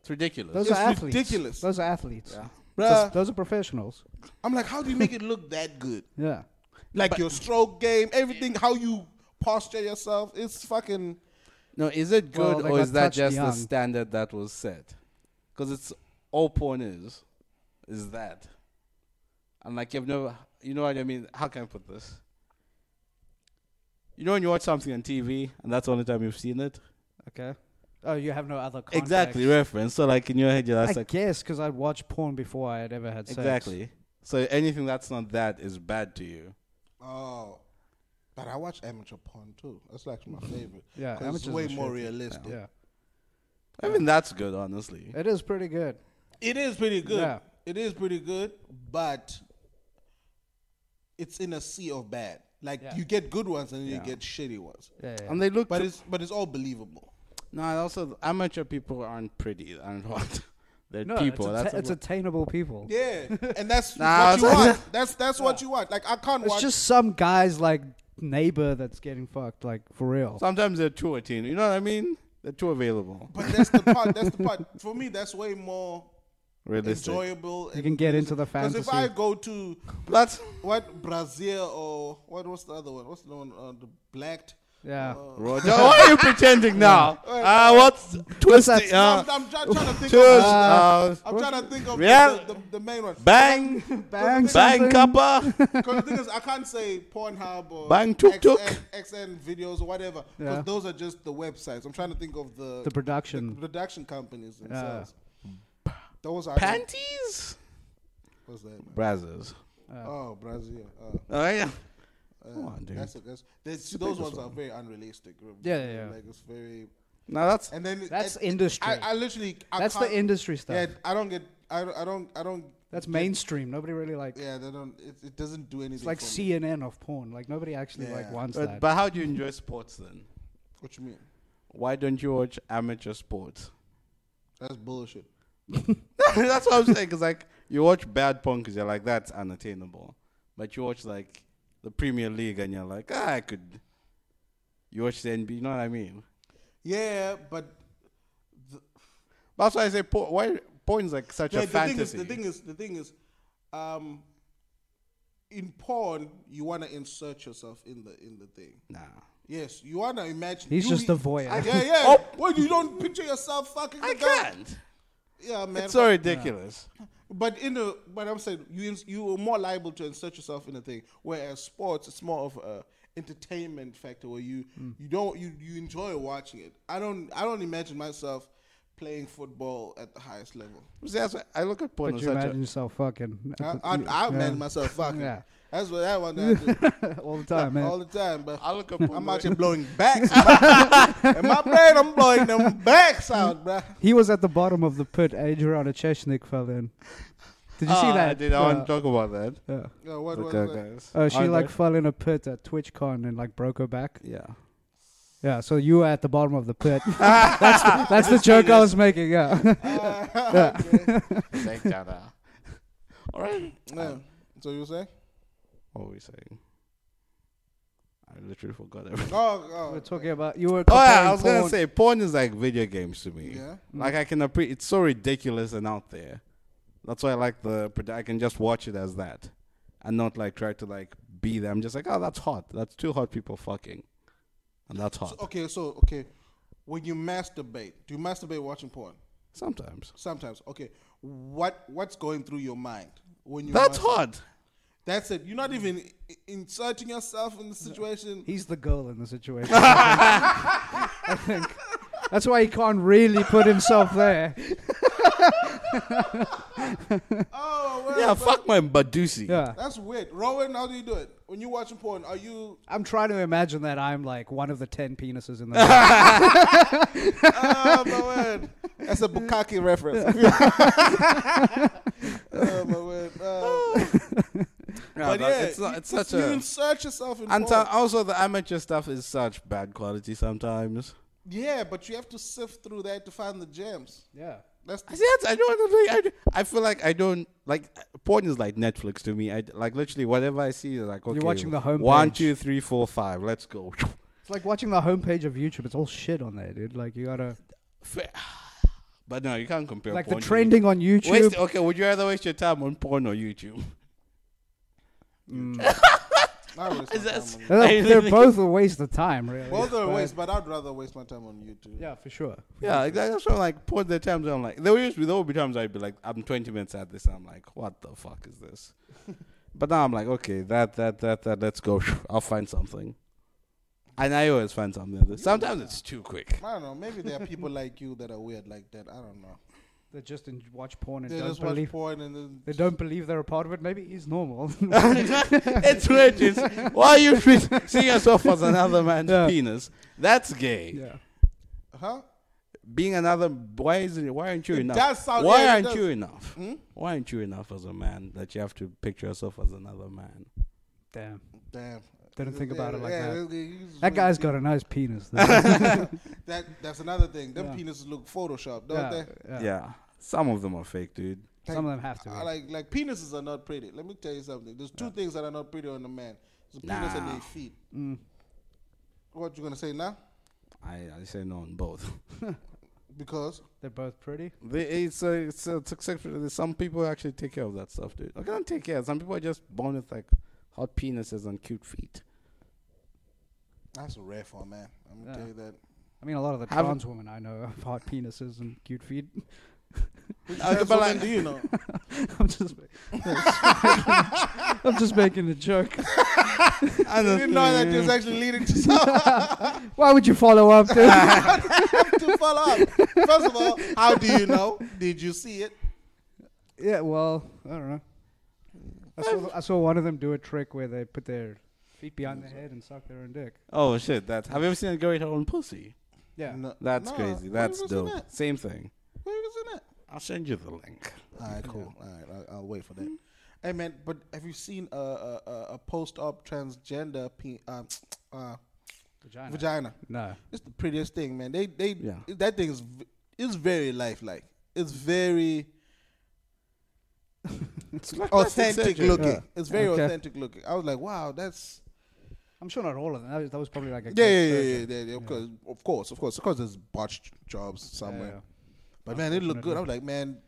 It's ridiculous. Those It's are athletes. ridiculous. Those are athletes. Bruh. Those, those are professionals. I'm like, how do you make it look (laughs) that good? Yeah. (laughs) Like your stroke game, everything, how you posture yourself. It's fucking. No, is it Well, good they or got is that touched just young. the standard that was set? Because it's all porn is, is that. And like you've never, you know what I mean? How can I put this? You know when you watch something on TV and that's the only time you've seen it, Okay. Oh, you have no other context. Exactly reference. So like in your head, you're I like guess because I'd watched porn before I had ever had sex. exactly. So anything that's not that is bad to you. Oh. But I watch amateur porn too. That's like my favorite. (laughs) Yeah, 'Cause it's amateurs way are more shit. realistic. Yeah, I mean that's good, honestly. it is pretty good. It is pretty good. Yeah. It is pretty good, but it's in a sea of bad. Like Yeah. you get good ones and then Yeah. you get shitty ones. Yeah, yeah. And they look. But to- it's but it's all believable. no, and also the amateur people aren't pretty. (laughs) aren't hot. They're no, people. It's, atta- that's it's attainable people. Yeah, (laughs) (laughs) and that's Nah, what you it's- want. That's that's what you want. Like I can't It's watch. just some guy's like neighbor that's getting fucked, like for real. sometimes they're too attainable. You know what I mean? They're too available. but that's the part. That's the part. For me, that's way more Realistic. enjoyable. You can get into the Because if fantasy. I go to That's what Brazil or what was the other one? What's the one? Uh, the blacked. yeah. Oh, Roger. Why are you pretending now? Uh, what's twisty? No, Uh, I'm, I'm try- trying to think twist. of. Uh, I'm trying to think of Yeah. the, the, the main one. bang. Bang, Bang something. kappa. (laughs) Because the thing is, I can't say Pornhub or Bang Tuk Tuk. XN, XN videos or whatever. Because Yeah. those are just the websites. I'm trying to think of the The production. the production companies Yeah. themselves. those are Panties. What's that? man? Brazzers. oh, Brazil. Oh, Oh yeah. uh, Come on, dude. That's, that's, there's- those ones are very unrealistic. Yeah, yeah, yeah. Like it's very. Now that's And then it- That's it- industry. I, I literally. I that's the can't- industry stuff. Yeah, I don't get. I don't. I don't. I don't that's get- mainstream. Nobody really like. Yeah, they don't. It, it doesn't do anything. It's like for me. CNN of porn. Like nobody actually Yeah. like wants but, that. but how do you enjoy sports then? What you mean? Why don't you watch amateur sports? That's bullshit. (laughs) that's what I'm saying. Cause like you watch bad porn, cause you're like that's unattainable. But you watch like the Premier League, and you're like, ah, I could. You watch the NBA. You know what I mean? Yeah, but That's why I say por- why porn's like such Yeah, a the thing is, fantasy. the thing is, the thing is, um, in porn, you want to insert yourself in the in the thing. nah. Yes, you want to imagine. He's you, just a voyeur. Oh. (laughs) I- (laughs) yeah, yeah. Well, you don't picture yourself fucking. the I guy. can't. Yeah, man. It's so ridiculous. But in the but I'm saying you ins- you are more liable to insert yourself in a thing. Whereas sports, it's more of a entertainment factor where you Hmm. you don't you you enjoy watching it. I don't I don't imagine myself playing football at the highest level. See, that's why I look at porn But as you such imagine a, yourself fucking uh, I, I, I imagine myself fucking. Yeah. That's (laughs) what I want to do all the time, man. (laughs) all the time. (laughs) But I (laughs) look at porn. I'm out here blowing backs. In my brain, I'm blowing them backs out, (laughs) bruh. he was at the bottom of the pit. Adriana Chechnik fell in. Did you see Ah, that? I did. I want to talk about that. yeah. Yeah, what, what was Okay, that? guys. Oh, she Aren't like I- fell in a pit at TwitchCon and like broke her back. yeah. Yeah, so you were at the bottom of the (laughs) pit. (laughs) that's the, that's the joke I was making. Yeah, Ah, okay. Thank (laughs) Dada. All right. Yeah. So you say? What were we saying? I literally forgot everything. Oh, we're oh. talking about you were. Oh comparing yeah, I was gonna porn- say porn is like video games to me. Yeah. Mm-hmm. Like I can appreciate. It's so ridiculous and out there. That's why I like the. prod- I can just watch it as that, and not like try to like be them. Just like oh, that's hot. That's two hot people fucking, and that's hot. So, okay, so okay, when you masturbate, do you masturbate watching porn? Sometimes Sometimes. Okay, what what's going through your mind when you? that's masturbate? hot. That's it. You're not even i- inserting yourself in the situation. He's the girl in the situation. I (laughs) think that's why he can't really put himself (laughs) there. Oh, well, Yeah, well, fuck my Badusi. Yeah, That's weird. Rowan, how do you do it when you're watching porn? Are you? I'm trying to imagine that I'm like one of the ten penises (laughs) in the. Oh my word! That's a (laughs) Bukaki reference. oh my word! Uh, Oh, No, but that- yeah, it's, not, it's you, such you a. insert yourself in and so- porn. also the amateur stuff is such bad quality sometimes. yeah, but you have to sift through that to find the gems. yeah. That's the I see. That's, I don't. Like, I, don't- I feel like I don't like porn is like Netflix to me. I like literally whatever I see. Like okay, watching the homepage. One, two, three, four, five. Let's go. (laughs) It's like watching the homepage of YouTube. It's all shit on there, dude. Like you gotta Fa- But no, you can't compare. like the porn to trending on YouTube. Waste, YouTube. okay, would you rather waste your time on porn or (laughs) YouTube? I waste my time on Mm. They're, I they're literally- both a waste of time, (laughs) really. Both are But- a waste, but I'd rather waste my time on YouTube. Yeah, for sure. Yeah, exactly. That's why I'm like porn. There are times where I'm like, there will just be there will be times I'd be like, I'm 20 minutes at this. I'm like, what the fuck is (laughs) this? (laughs) but now I'm like, okay, that that that that. Let's go. I'll find something. And I always find something. Other. Sometimes it's too quick. I don't know. Maybe there are people like you that are weird like that. I don't know. They just en- watch porn and They don't just watch believe porn and then they don't believe they're a part of it. Maybe he's normal. (laughs) it's religious. Why are you fe- seeing yourself as another man's Yeah. penis? That's gay. yeah. huh? Being another, why is it? Why aren't you It enough? does sound- why yeah, it aren't does. you enough? Hmm? Why aren't you enough as a man that you have to picture yourself as another man? Damn. Damn. Didn't think about it like that. that. That (laughs) guy's got a nice penis. though. that. That's another thing. Them Yeah. penises look photoshopped, don't yeah, they? yeah. yeah, some of them are fake, dude. Some of them have to. I Be. like like penises are not pretty. Let me tell you something. There's two things that are not pretty on a man. It's a penis and Nah. their feet. Mm. What you gonna say now? I, I say no on (laughs) both. Because They're both pretty. They, it's a, it's a, it's acceptable. Some people actually take care of that stuff, dude. I can't take care. Some people are just born with like hot penises and cute feet. that's rare for a man. I'm gonna Yeah. tell you that. (laughs) I mean, a lot of the Have- trans women I know have hard penises and cute feet. (laughs) Which Uh, trans but woman like- do you know? I'm just, (laughs) I'm just making a joke. I you didn't know that it was actually leading to something Why would you follow up? Dude? (laughs) to follow up. First of all, how do you know? Did you see it? yeah, well, I don't know. I saw, I saw one of them do a trick where they put their feet behind their head and suck their own dick. Oh shit! That have you ever seen a girl eat her own pussy? Yeah, No, That's no, crazy. where That's was it dope. at? Same thing. Where was it at? I'll send you the link. All right, cool. All right, I'll, I'll wait for that. Hey man, but have you seen a a, a, a post-op transgender pe- uh, uh, vagina. vagina? (laughs) No, It's the prettiest thing, man. They they Yeah. that thing is v- it's very lifelike. It's very It's like authentic looking. Yeah. It's very Okay. authentic looking. I was like, wow, that's I'm sure not all of them. That was, that was probably like a yeah, good yeah, yeah, yeah, version. yeah, yeah, Of course, of course, of course, of course. There's botched jobs somewhere, yeah. but man, it looked good. I was like, man,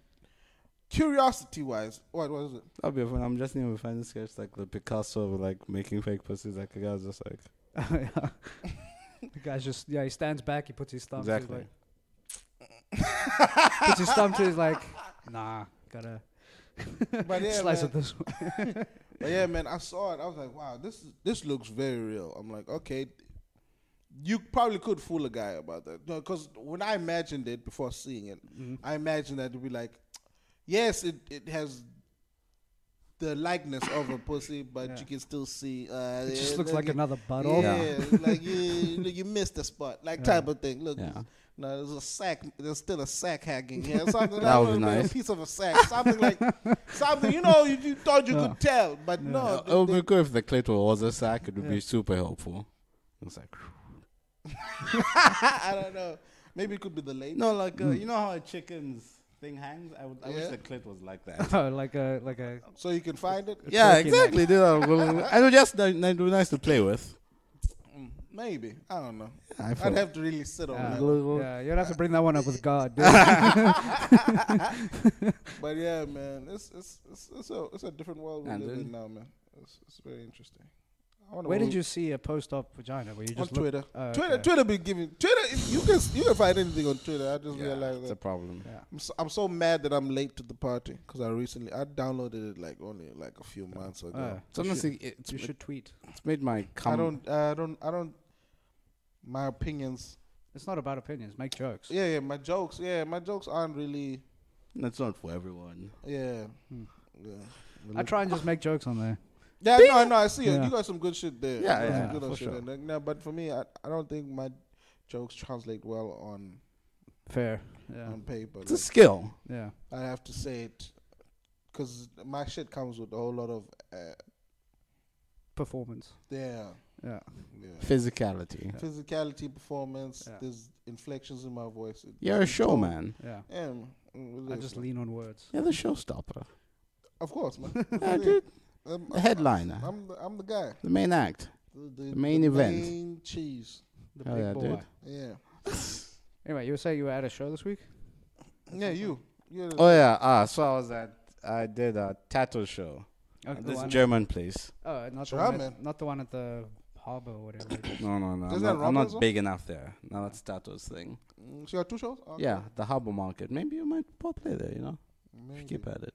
curiosity wise, what was it? That'll be fun. I'm just gonna find a sketch like the Picasso of like making fake pussies. Like the guy's just like yeah. the guy's just yeah. (laughs) He stands back. He puts his thumb. exactly. To his, like, puts his thumb to his like. Nah, gotta But (laughs) yeah, slice man. it this way. But yeah, man, I saw it. I was like, wow, this is, this looks very real. I'm like, okay, you probably could fool a guy about that because when I imagined it before seeing it, Mm-hmm. I imagined that it'd be like, yes, it it has the likeness of a pussy, but Yeah. you can still see. Uh, It just looks like another. another butt off. Yeah, like you, you, know, you missed the spot, like type of thing. Look, Yeah. no, there's a sack. There's still a sack hacking here. (laughs) Something That like- would be A nice. piece of a sack, something like something. You know, you, you thought you could tell, but no. it would be good if the clitoral was a sack. It would be super helpful. It's like I don't know. Maybe it could be the lady. no, like uh, you know how a chicken's thing hangs. I, would, I Yeah. wish the clit was like (laughs) that. Oh, (laughs) like a like a So you can find it. yeah, turkey neck. exactly. Dude, I will- and it would just ni- ni- be nice to play with. Mm, Maybe I don't know. I I'd feel- have to really sit on Yeah. that. yeah, you'd have to bring that one up with God. (laughs) dude. But yeah, man, it's it's it's, it's a it's a different world we And live in then- now, man. It's, it's very interesting. I wonder Where what did we- you see a post-op vagina? Where you on just look- Twitter? Oh, Twitter, okay. Twitter be giving Twitter. You can you can find anything on Twitter. I just realized it's that. a problem. Yeah. I'm so, I'm so mad that I'm late to the party because I recently I downloaded it like only like a few months ago. Uh, It's honestly, it's, you should tweet. it's made my I comment. don't I don't I don't my opinions. It's not about opinions. Make jokes. Yeah, yeah, my jokes. Yeah, my jokes aren't really. That's not for everyone. Yeah, Hmm. yeah. I try and just make jokes on there. Yeah, no, no, I see it. Yeah. You got some good shit there. Yeah, You got some yeah, good for shit sure. in there. No, but for me, I, I don't think my jokes translate well on Fair. Yeah. Um, on paper. It's a like- skill. Yeah. I have to say it because my shit comes with a whole lot of uh, Performance. yeah, Yeah. yeah. Physicality. physicality, performance. Yeah. There's inflections in my voice. It- You're a it's all- showman. Yeah. Yeah, man. Mm, I it is, just man. lean on words. You're the showstopper. of course, man. (laughs) Yeah, Yeah. dude. I'm, The headliner. I'm the, I'm the guy. The main act. The, main event. main cheese. The Hell big yeah, boy. dude. Yeah. Anyway, you were saying you were at a show this week? Yeah, you. You're Oh yeah. Ah, so I was at. I did a tattoo show. Oh, at the this one- German place. oh, not the, one German. at, not the one at the harbor or whatever. it is. (coughs) No, no, no. I'm Isn't that not, I'm Robert's not one? big enough there. No, that's Tato's thing. Mm, so you got two shows? Okay. Yeah, the Harbor Market. Maybe you might pop play there. You know, if you Maybe. keep at it.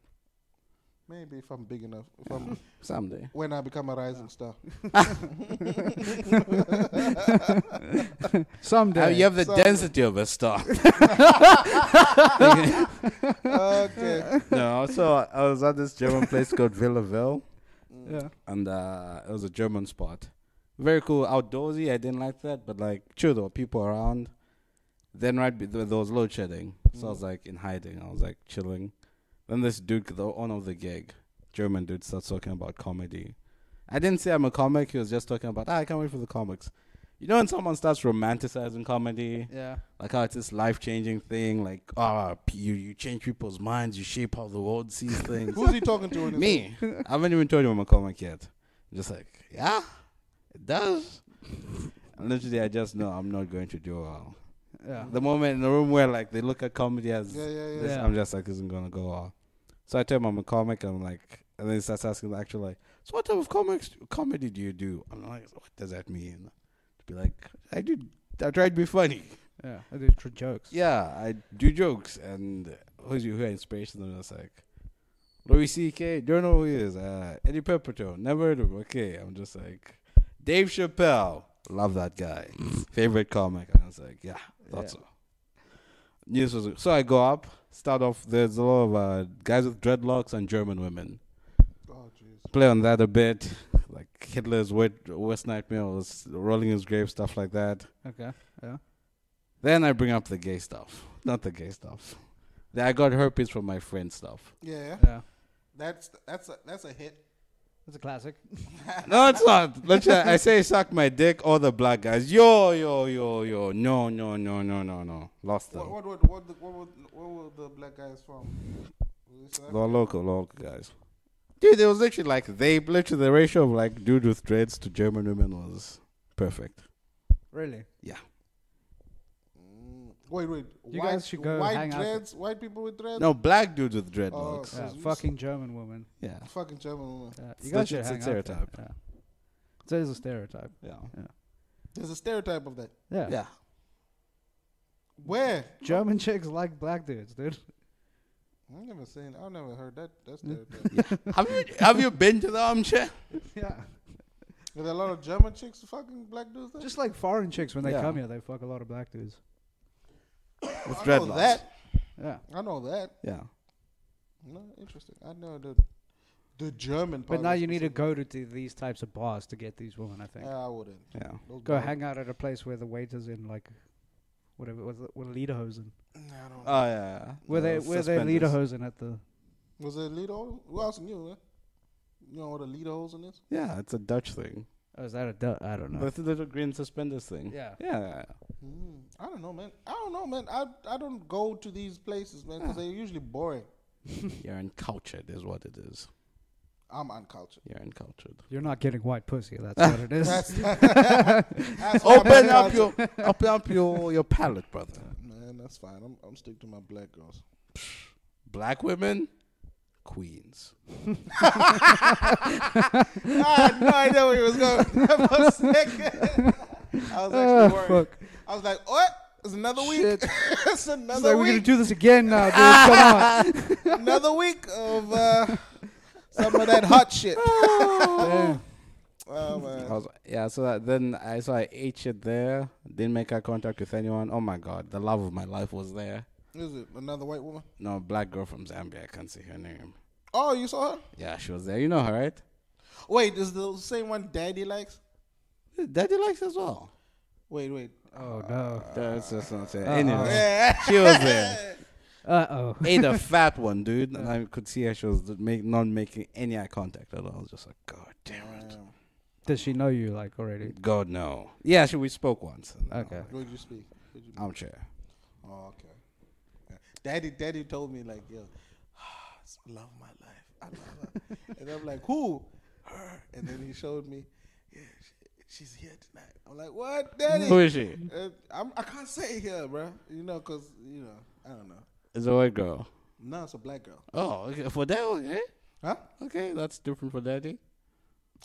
Maybe if I'm big enough. If I'm Someday. when I become a (laughs) rising (laughs) star. (laughs) Someday. Uh, you have the Someday. density of a star. Okay. (laughs) no, so I was at this German place called Villaville, (laughs) yeah. and uh, it was a German spot. Very cool, outdoorsy. I didn't like that, but like, sure, there were people around. Then right, be- there there was load shedding, so I was like in hiding. I was like chilling. Then this dude, the owner of the gig, German dude, starts talking about comedy. I didn't say I'm a comic. He was just talking about, ah, I can't wait for the comics. You know when someone starts romanticizing comedy? Yeah. like how it's this life changing thing. Like, ah, p you you change people's minds, you shape how the world sees things. Who's he talking to? In his Me, (laughs) I haven't even told you I'm a comic yet. I'm just like, yeah, it does. And literally, I just know I'm not going to do well. Yeah. The moment in the room where like they look at comedy as Yeah, yeah, yeah. this, Yeah. I'm just like, this isn't gonna go well. So I tell him I'm a comic. And I'm like, and then he starts asking the actual like, so what type of comics comedy do you do? I'm like, what does that mean? To be like, I do. I try to be funny. Yeah. I do tr- jokes. Yeah, I do jokes, and who's your who are inspiration? I'm just like Louis C.K. Don't know who he is. Uh, Eddie Pepitone, never heard of. him. Okay, I'm just like Dave Chappelle. Love that guy. Favorite comic. And I was like, yeah, that's Yeah. all. News was so I go up. Start off. There's a lot of uh, guys with dreadlocks and German women. Oh, jeez. Play on that a bit, like Hitler's wet- worst nightmare was rolling his grave, stuff like that. Okay. Yeah. Then I bring up the gay stuff. Not the gay stuff. Then I got herpes from my friend stuff. Yeah. Yeah. That's that's a, that's a hit. That's a classic. No, it's not. Literally, I say suck my dick or the black guys. Yo, yo, yo, yo. No, no, no, no, no, no. Lost them. What what what what the, what, were- what were the black guys from? Was it South The local, local guys. Dude, it was literally like they literally the ratio of like dude with dreads to German women was perfect. Really? Yeah. Mm, Wait, wait. You white, guys should go white hang out. dreads, white people with dreads. No, black dudes with Oh, dreadlocks. Yeah. you s- Fucking German woman. Yeah. Fucking German woman. Yeah. It's You guys legit- should it's a hang out. there. stereotype. Yeah. So it's a stereotype. Yeah. There's a stereotype of that. Yeah. Yeah. Where? German chicks like black dudes, dude. (laughs) I've never seen. I've never heard that. That stereotype. have you have you been to the armchair? yeah. There's a lot of German chicks fucking black dudes. There? Just like foreign chicks when they Yeah. come here, they fuck a lot of black dudes. With I know dreadlocks. that. Yeah. I know that. Yeah. No, interesting. I know the the German. But part now is you need to specific. go to th- these types of bars to get these women, I think. Yeah, I wouldn't. Yeah. Those Go black- hang out at a place where the waiters in like whatever it was were lederhosen. Nah, I don't. Oh yeah. Were they were they lederhosen at the was it Lido? Who else knew? Huh? You know what a Lido hose is? Yeah, it's a Dutch thing. Oh, is that a du- I don't know. That's the little green suspenders thing. Yeah. Yeah. (laughs) yeah, Mm, I don't know, man. I don't know, man. I I don't go to these places, man, because they're usually boring. yeah. You're uncultured, is what it is. I'm (laughs) uncultured. You're uncultured. You're not getting white pussy, that's what it is. That's, (laughs) that's why I'm open up uncultured. your, (laughs) open up your, your palate, brother. Man, that's fine. I'm I'm stick to my black girls. Black women, queens. I had no idea where he was going. For a second. (laughs) I (laughs) was Ah, actually worried. fuck. I was like, what? It's another week. Shit. (laughs) it's It's another like, we're gonna week. do this again now, dude. Come on. another week of uh, some of that hot (laughs) shit. Yeah. Oh Eh. I man. was, yeah, so that, then I so I ate shit there. Didn't make eye contact with anyone. Oh my god, the love of my life was there. Is it another white woman? No, black girl from Zambia. I can't see her name. Oh, you saw her? Yeah, she was there. You know her, right? Wait, is the same one Daddy likes? Daddy likes as well. Wait, wait. Uh, Oh no. That's just not saying. Uh-oh. Anyway, she was (laughs) there. Uh oh. ate (laughs) a fat one, dude. And I could see her; she was make, not making any eye contact at all. I was just like, God damn it. (laughs) Does she know you like already? God, no. Yeah, she, we spoke once. and then Okay. I'm like, Where'd you speak? Where'd you- Armchair. Oh, okay. Yeah. Daddy, Daddy told me like, yo, (sighs) love my life. I love her, and I'm like, who? Her. And then he showed me, yeah, she, she's here tonight. I'm like, what, Daddy? Who is she? Uh, I'm, I can't say here, bro. You know, cause you know, I don't know. It's a white girl. No, it's a black girl. Oh, okay. for that, okay. Huh? Okay, that's different for daddy.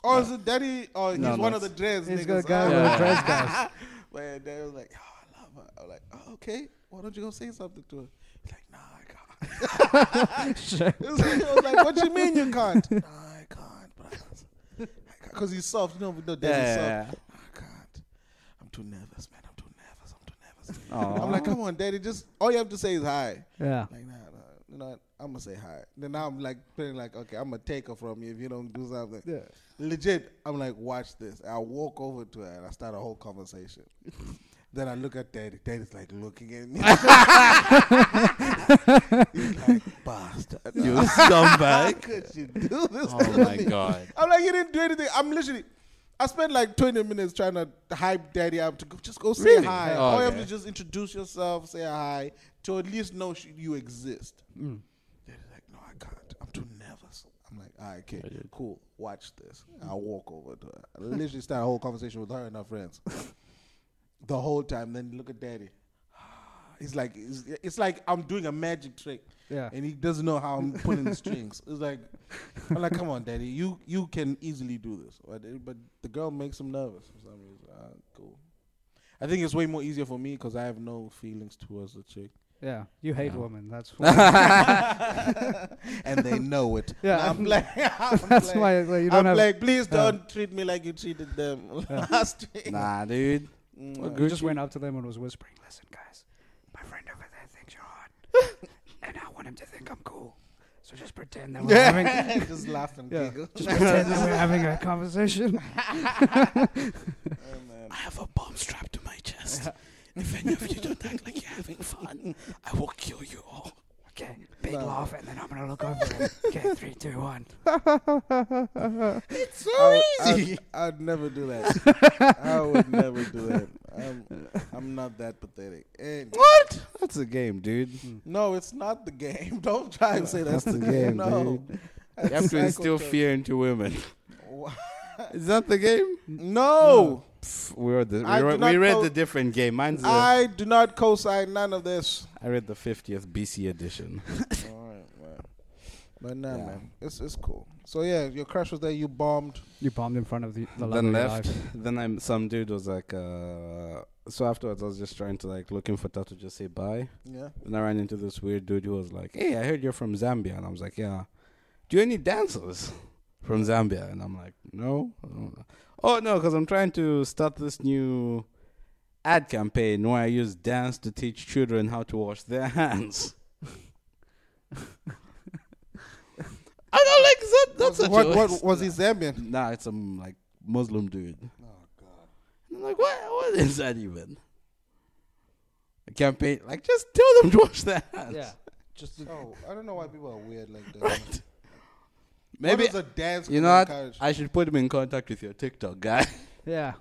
Oh, is it Daddy? Oh, he's No, no, one of the it's- dreads. He's got niggas. a guy Oh. with a dress guys. But they was like, oh, I love her. I'm like, oh, okay. Why don't you go say something to her? He's like, nah, I can't. (laughs) (laughs) It was, it was like, what you mean you can't? (laughs) no, I can't, but I can't. Because he's soft, you know, with no daddy's Yeah. soft. I can't. I'm too nervous, man. I'm too nervous. I'm too nervous. Aw. I'm like, come on, daddy. Just all you have to say is hi. Yeah. Like, nah, nah. You know, what? I'm gonna say hi. Then now I'm like feeling like, okay, I'm gonna take her from you if you don't do something. Yeah. Legit, I'm like, watch this. I walk over to her and I start a whole (laughs) conversation. then I look at daddy. Daddy's like looking at me. He's like, bastard. (laughs) You How (laughs) scumbag. could you do this? Oh to my me? God. I'm like, you didn't do anything. I'm literally, I spent like 20 minutes trying to hype daddy up to go, just go say Really? hi. Oh, All you have okay. to just introduce yourself, say hi, to at least know sh- you exist. Mm. Daddy's like, no, I can't. I'm too nervous. I'm like, all right, okay, cool. Watch this. I walk over to her. I literally start a whole conversation with her and her friends the whole time. Then look at daddy. (sighs) It's like it's, it's like I'm doing a magic trick. Yeah. And he doesn't know how I'm pulling the strings. It's like I'm like, come on, daddy, you you can easily do this. But, but the girl makes him nervous for some reason. Ah, cool. I think it's way more easier for me because I have no feelings towards the (laughs) chick, Yeah. You hate women. (laughs) That's why. and they know it. Yeah, Nah, (laughs) I'm I'm- like, (laughs) I'm that's like, why like, you don't I'm have. like, please don't treat me like you treated them (laughs) last week. Nah, dude. Mm, I just went up to them and was whispering, "Listen, (laughs) guys, my friend over there thinks you're hot, (laughs) and I want him to think I'm cool. So just pretend (laughs) that we're having, (laughs) just laugh and Yeah. giggle. just pretend that we're having a conversation." (laughs) (laughs) Oh, man. I have a bomb strapped to my chest. if any of you don't act like you're having fun, I will kill you all. Okay, big No. laugh, and then I'm gonna look over. it. Okay, three, two, one. I would- I'd- I'd, never do that. (laughs) I would never do that. I'm, I'm not that pathetic. And What? That's a game, dude. No, it's not the game. (laughs) Don't try and say that's, That's the the game. game, No. You have to instill Psychotrope. fear into women. Wha- Is that the game? No, Pff, we were the, we, I do re- not we read know- the different game. Mine's the, I, I do not co-sign none of (laughs) this. read the 50th BC edition. All right, man. But nah, Yeah. man, it's it's cool. So yeah, your crush was there. You bombed. You bombed in front of the, the then left. Then I'm some dude was like, uh, so afterwards I was just trying to like looking for Tatu to just say bye. Yeah. And I ran into this weird dude who was like, "Hey, I heard you're from Zambia," and I was like, "Yeah." Do you any dancers from Zambia? And I'm like, "No." I don't know." Oh no, because I'm trying to start this new ad campaign where I use dance to teach children how to wash their (laughs) hands. I don't like that. That's such what, a what was he Zambian? Nah, it's some like Muslim dude. Oh God. I'm like, what? What is that even? A campaign? Like, just tell them to wash their hands. Yeah, just Oh, I don't know why people are weird like that. man. Maybe what is a dance. You know what? encourage? I should put him in contact with your TikTok guy. (laughs) (laughs) yeah.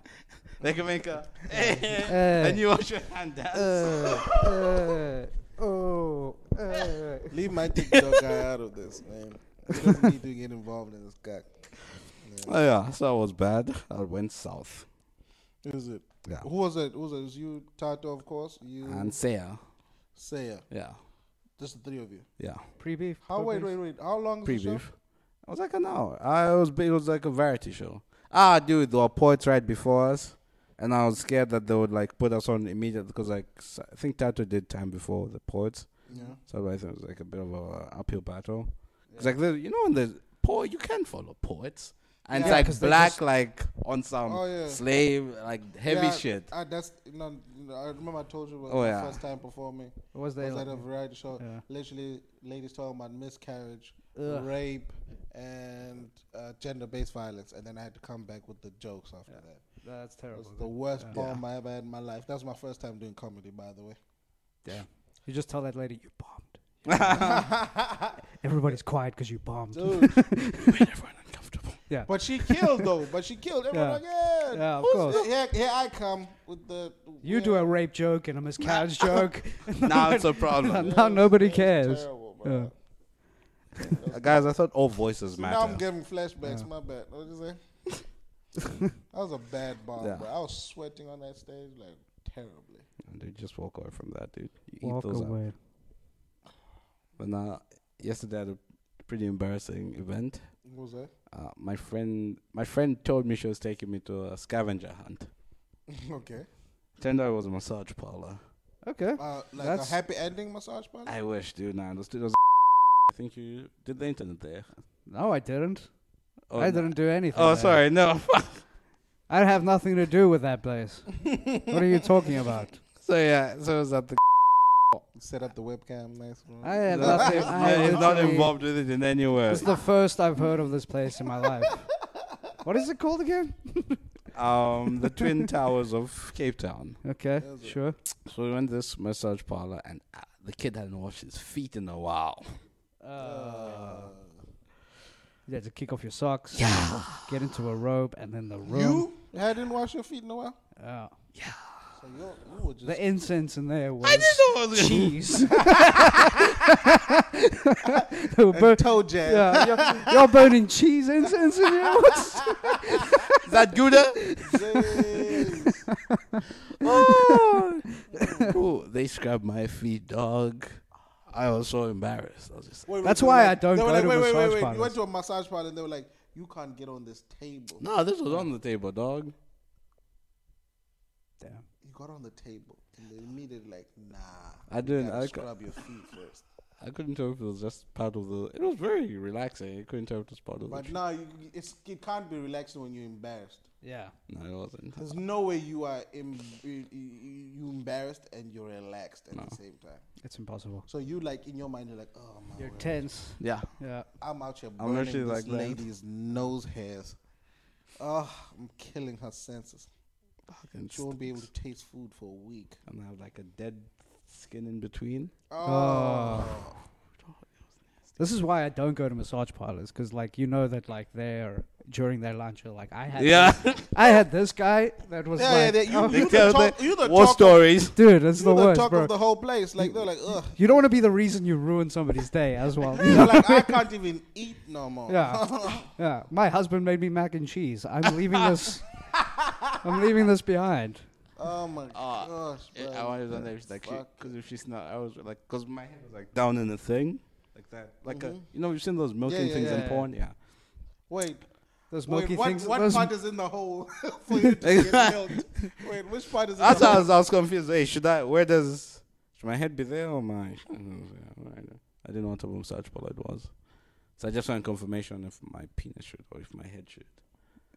they can make a (laughs) hey, Eh. Hey. and you wash your hand down. Uh, oh, (laughs) Leave my TikTok guy out of this, man. It's not me to get involved in this guy. oh yeah, so I was bad. I went south. Is it? Yeah. Who was it? Who was it? It was you, Tato, of course. You, And Saya. Saya. Yeah. Just the three of you. Yeah. pre-beef. How? Wait, wait, wait. How long is the show? Preview. I was like an hour. I was it was like a variety show. Ah, dude, there were poets right before us, and I was scared that they would like put us on immediately because like s- I think Tato did time before the poets, Yeah. so I think it was like a bit of a uphill battle. It's like the, you know when there's poet, you can follow poets. And Yeah, it's 'cause like they black, just- like on some Oh, yeah. slave, like heavy Yeah, shit. (laughs) I, Ah, that's no, no, I remember I told you about Oh, my yeah. first time performing. Was I they was at like, a variety show. Yeah. Literally, ladies talking about miscarriage, Ugh. rape, and uh, gender-based violence, and then I had to come back with the jokes after that. that's It was terrible. the worst Yeah. bomb I ever had in my life. That was my first time doing comedy, by the way. Yeah. You just tell that lady you bombed. Everybody's quiet because you bombed. Dude. You made everyone uncomfortable. Yeah. but she killed, though. But she killed. Everyone Yeah. like, yeah. Yeah, of who's course. the- Here, here I come with the. You do a rape joke and a miscarriage joke. (laughs) now (laughs) it's a problem, now nobody It was cares. terrible, bro. Yeah. Uh, guys. I thought all voices So now I'm matter. getting flashbacks. My bad. (laughs) What did you say? that was a bad bomb, Yeah. bro. I was sweating on that stage like terribly. Dude, just walk away from that, dude. You Walk eat those up. away. But now, yesterday I had a pretty embarrassing event. What was that? Uh, my friend, my friend told me she was taking me to a scavenger hunt. (laughs) okay. Turned out it was a massage parlor. Okay. Uh, like That's- a happy ending massage parlor. I wish, dude. Nah, it was, it was (laughs) I think you did the internet there. No, I didn't. Oh, I no. didn't do anything. Oh, there. sorry. No, I have nothing to do with that place. what are you (laughs) talking about? (laughs) So yeah, so it was at the. Set up the webcam, nice one. I (laughs) had nothing. I Yeah, he's not literally- involved with it in any way. This is the first I've heard of this place in my (laughs) life. what is it called again? Um, (laughs) the twin towers of Cape Town. Okay, Is it? sure. So we went to this massage parlor, and uh, the kid hadn't washed his feet in a while. Uh, You had to kick off your socks, Yeah, get into a robe, and then the room. you hadn't washed your feet in a while, Oh. so you you were just. The incense in there was cheese. (laughs) They were (laughs) bur- and toe jam. yeah, you're, you're burning cheese incense in here. What's- is that Gouda? (laughs) Jeez. oh, Ooh, they scrubbed my feet, dog. I was so embarrassed. I was just like, Wait, wait, That's they were why like- I don't they were go like, to wait, wait, massage wait, wait. parlors. You went to a massage parlor and they were like, you can't get on this table. no, this was on the table, dog. Damn. You got on the table and they immediately like, nah. I didn't. gotta I, cou- scrub your feet (laughs) first. I couldn't tell if it was just part of the. It was very relaxing. I couldn't tell if it was part of the. But now you, it's, it can't be relaxing when you're embarrassed. Yeah. No, it wasn't. There's no way you are em- you you embarrassed and you're relaxed at the same time. It's impossible. So you like in your mind you're like, oh my, You're word, tense. Yeah. Yeah. I'm out here I'm burning literally this like that. lady's nose hairs. Oh, I'm killing her senses. Fucking She won't be able to taste food for a week. and have like a dead skin in between. Oh, This is why I don't go to massage parlors because, like, you know that, like, they're during their lunch, you're like, I had, Yeah. (laughs) I had this guy that was yeah, yeah, like, yeah. You, oh, you the talk, you the talk, of, stories. dude, that's you the the worst, talk bro. of the whole place. Like they're like, (laughs) ugh. you don't want to be the reason you ruin somebody's day as (laughs) well. They're like I can't even eat no more. Yeah. yeah. My husband made me mac and cheese. I'm leaving (laughs) this. I'm leaving this behind. (laughs) Oh my Ah, gosh, bro. I wanted to know if she's like, Fuck. because if she's not, I was like, because my head was like down in the thing, like that, like a, you know, you've seen those milking Mm-hmm. yeah, things yeah. in porn, yeah. Wait, Those milky Wait, what, things. what those- part is in (laughs) the hole (laughs) for you to get milked? Wait, which part is in That's the how I hole? was, I was confused. Hey, should I? Where does should my head be there or my? I didn't want to massage ball it was, so I just want confirmation if my penis should or if my head should.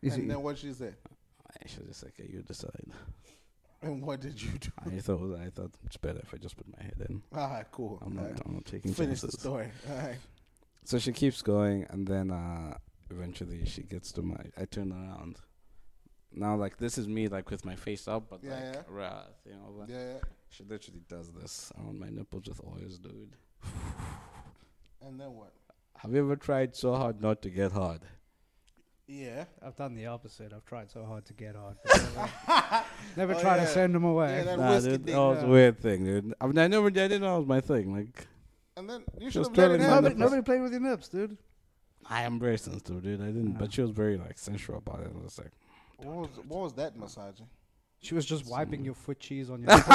is and it- then what she said. I should just like, "Hey, you decide. And what did you do? I thought I thought it's better if I just put my head in. (laughs) All right, cool. I'm All not. right. I'm not taking Finish the chances. story. All right. So she keeps going, and then uh, eventually she gets to my. I turn around. Now, like this is me, like with my face up, but Yeah, like yeah. ra- thing over. Yeah, yeah. She literally does this on my nipples with oils, dude. And then what? Have you ever tried so hard not to get hard? (laughs) Yeah. I've done the opposite. I've tried so hard to get (laughs) hard. but never- Never Oh, try to yeah. send them Yeah, away. that Nah, whiskey dude, thing. uh, that was a yeah. weird thing, dude. I mean, I never, I didn't know it was my thing. Like, And then you should Just have let it telling happen. nobody, nobody played with your nips, dude. I am very sensitive, dude. I didn't, Ah. but she was very like sensual about it. I was like, What was, what was that massaging? She was just wiping your foot cheese on (laughs) your. (laughs)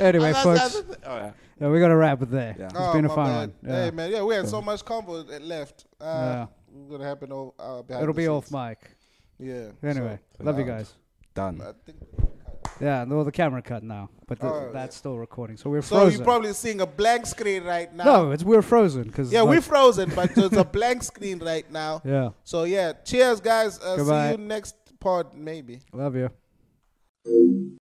anyway, folks, oh yeah, yeah, we got to wrap it there. Yeah. It's Oh, been a my fun bad. one. Yeah. Hey, man. Yeah, we had so much combo that left. Uh, Yeah. We're going to happen over, uh, behind It'll the be off scenes. mic. Yeah. so Anyway, love you uh, guys. done. I think Yeah, no, the camera cut now, but the, Oh, yeah. that's still recording, so we're so frozen. you're probably seeing a blank screen right now. no, it's we're frozen because Yeah, we're frozen, but (laughs) it's a blank screen right now. yeah. So yeah, cheers, guys. Uh, see Goodbye. you next pod, maybe. Love you.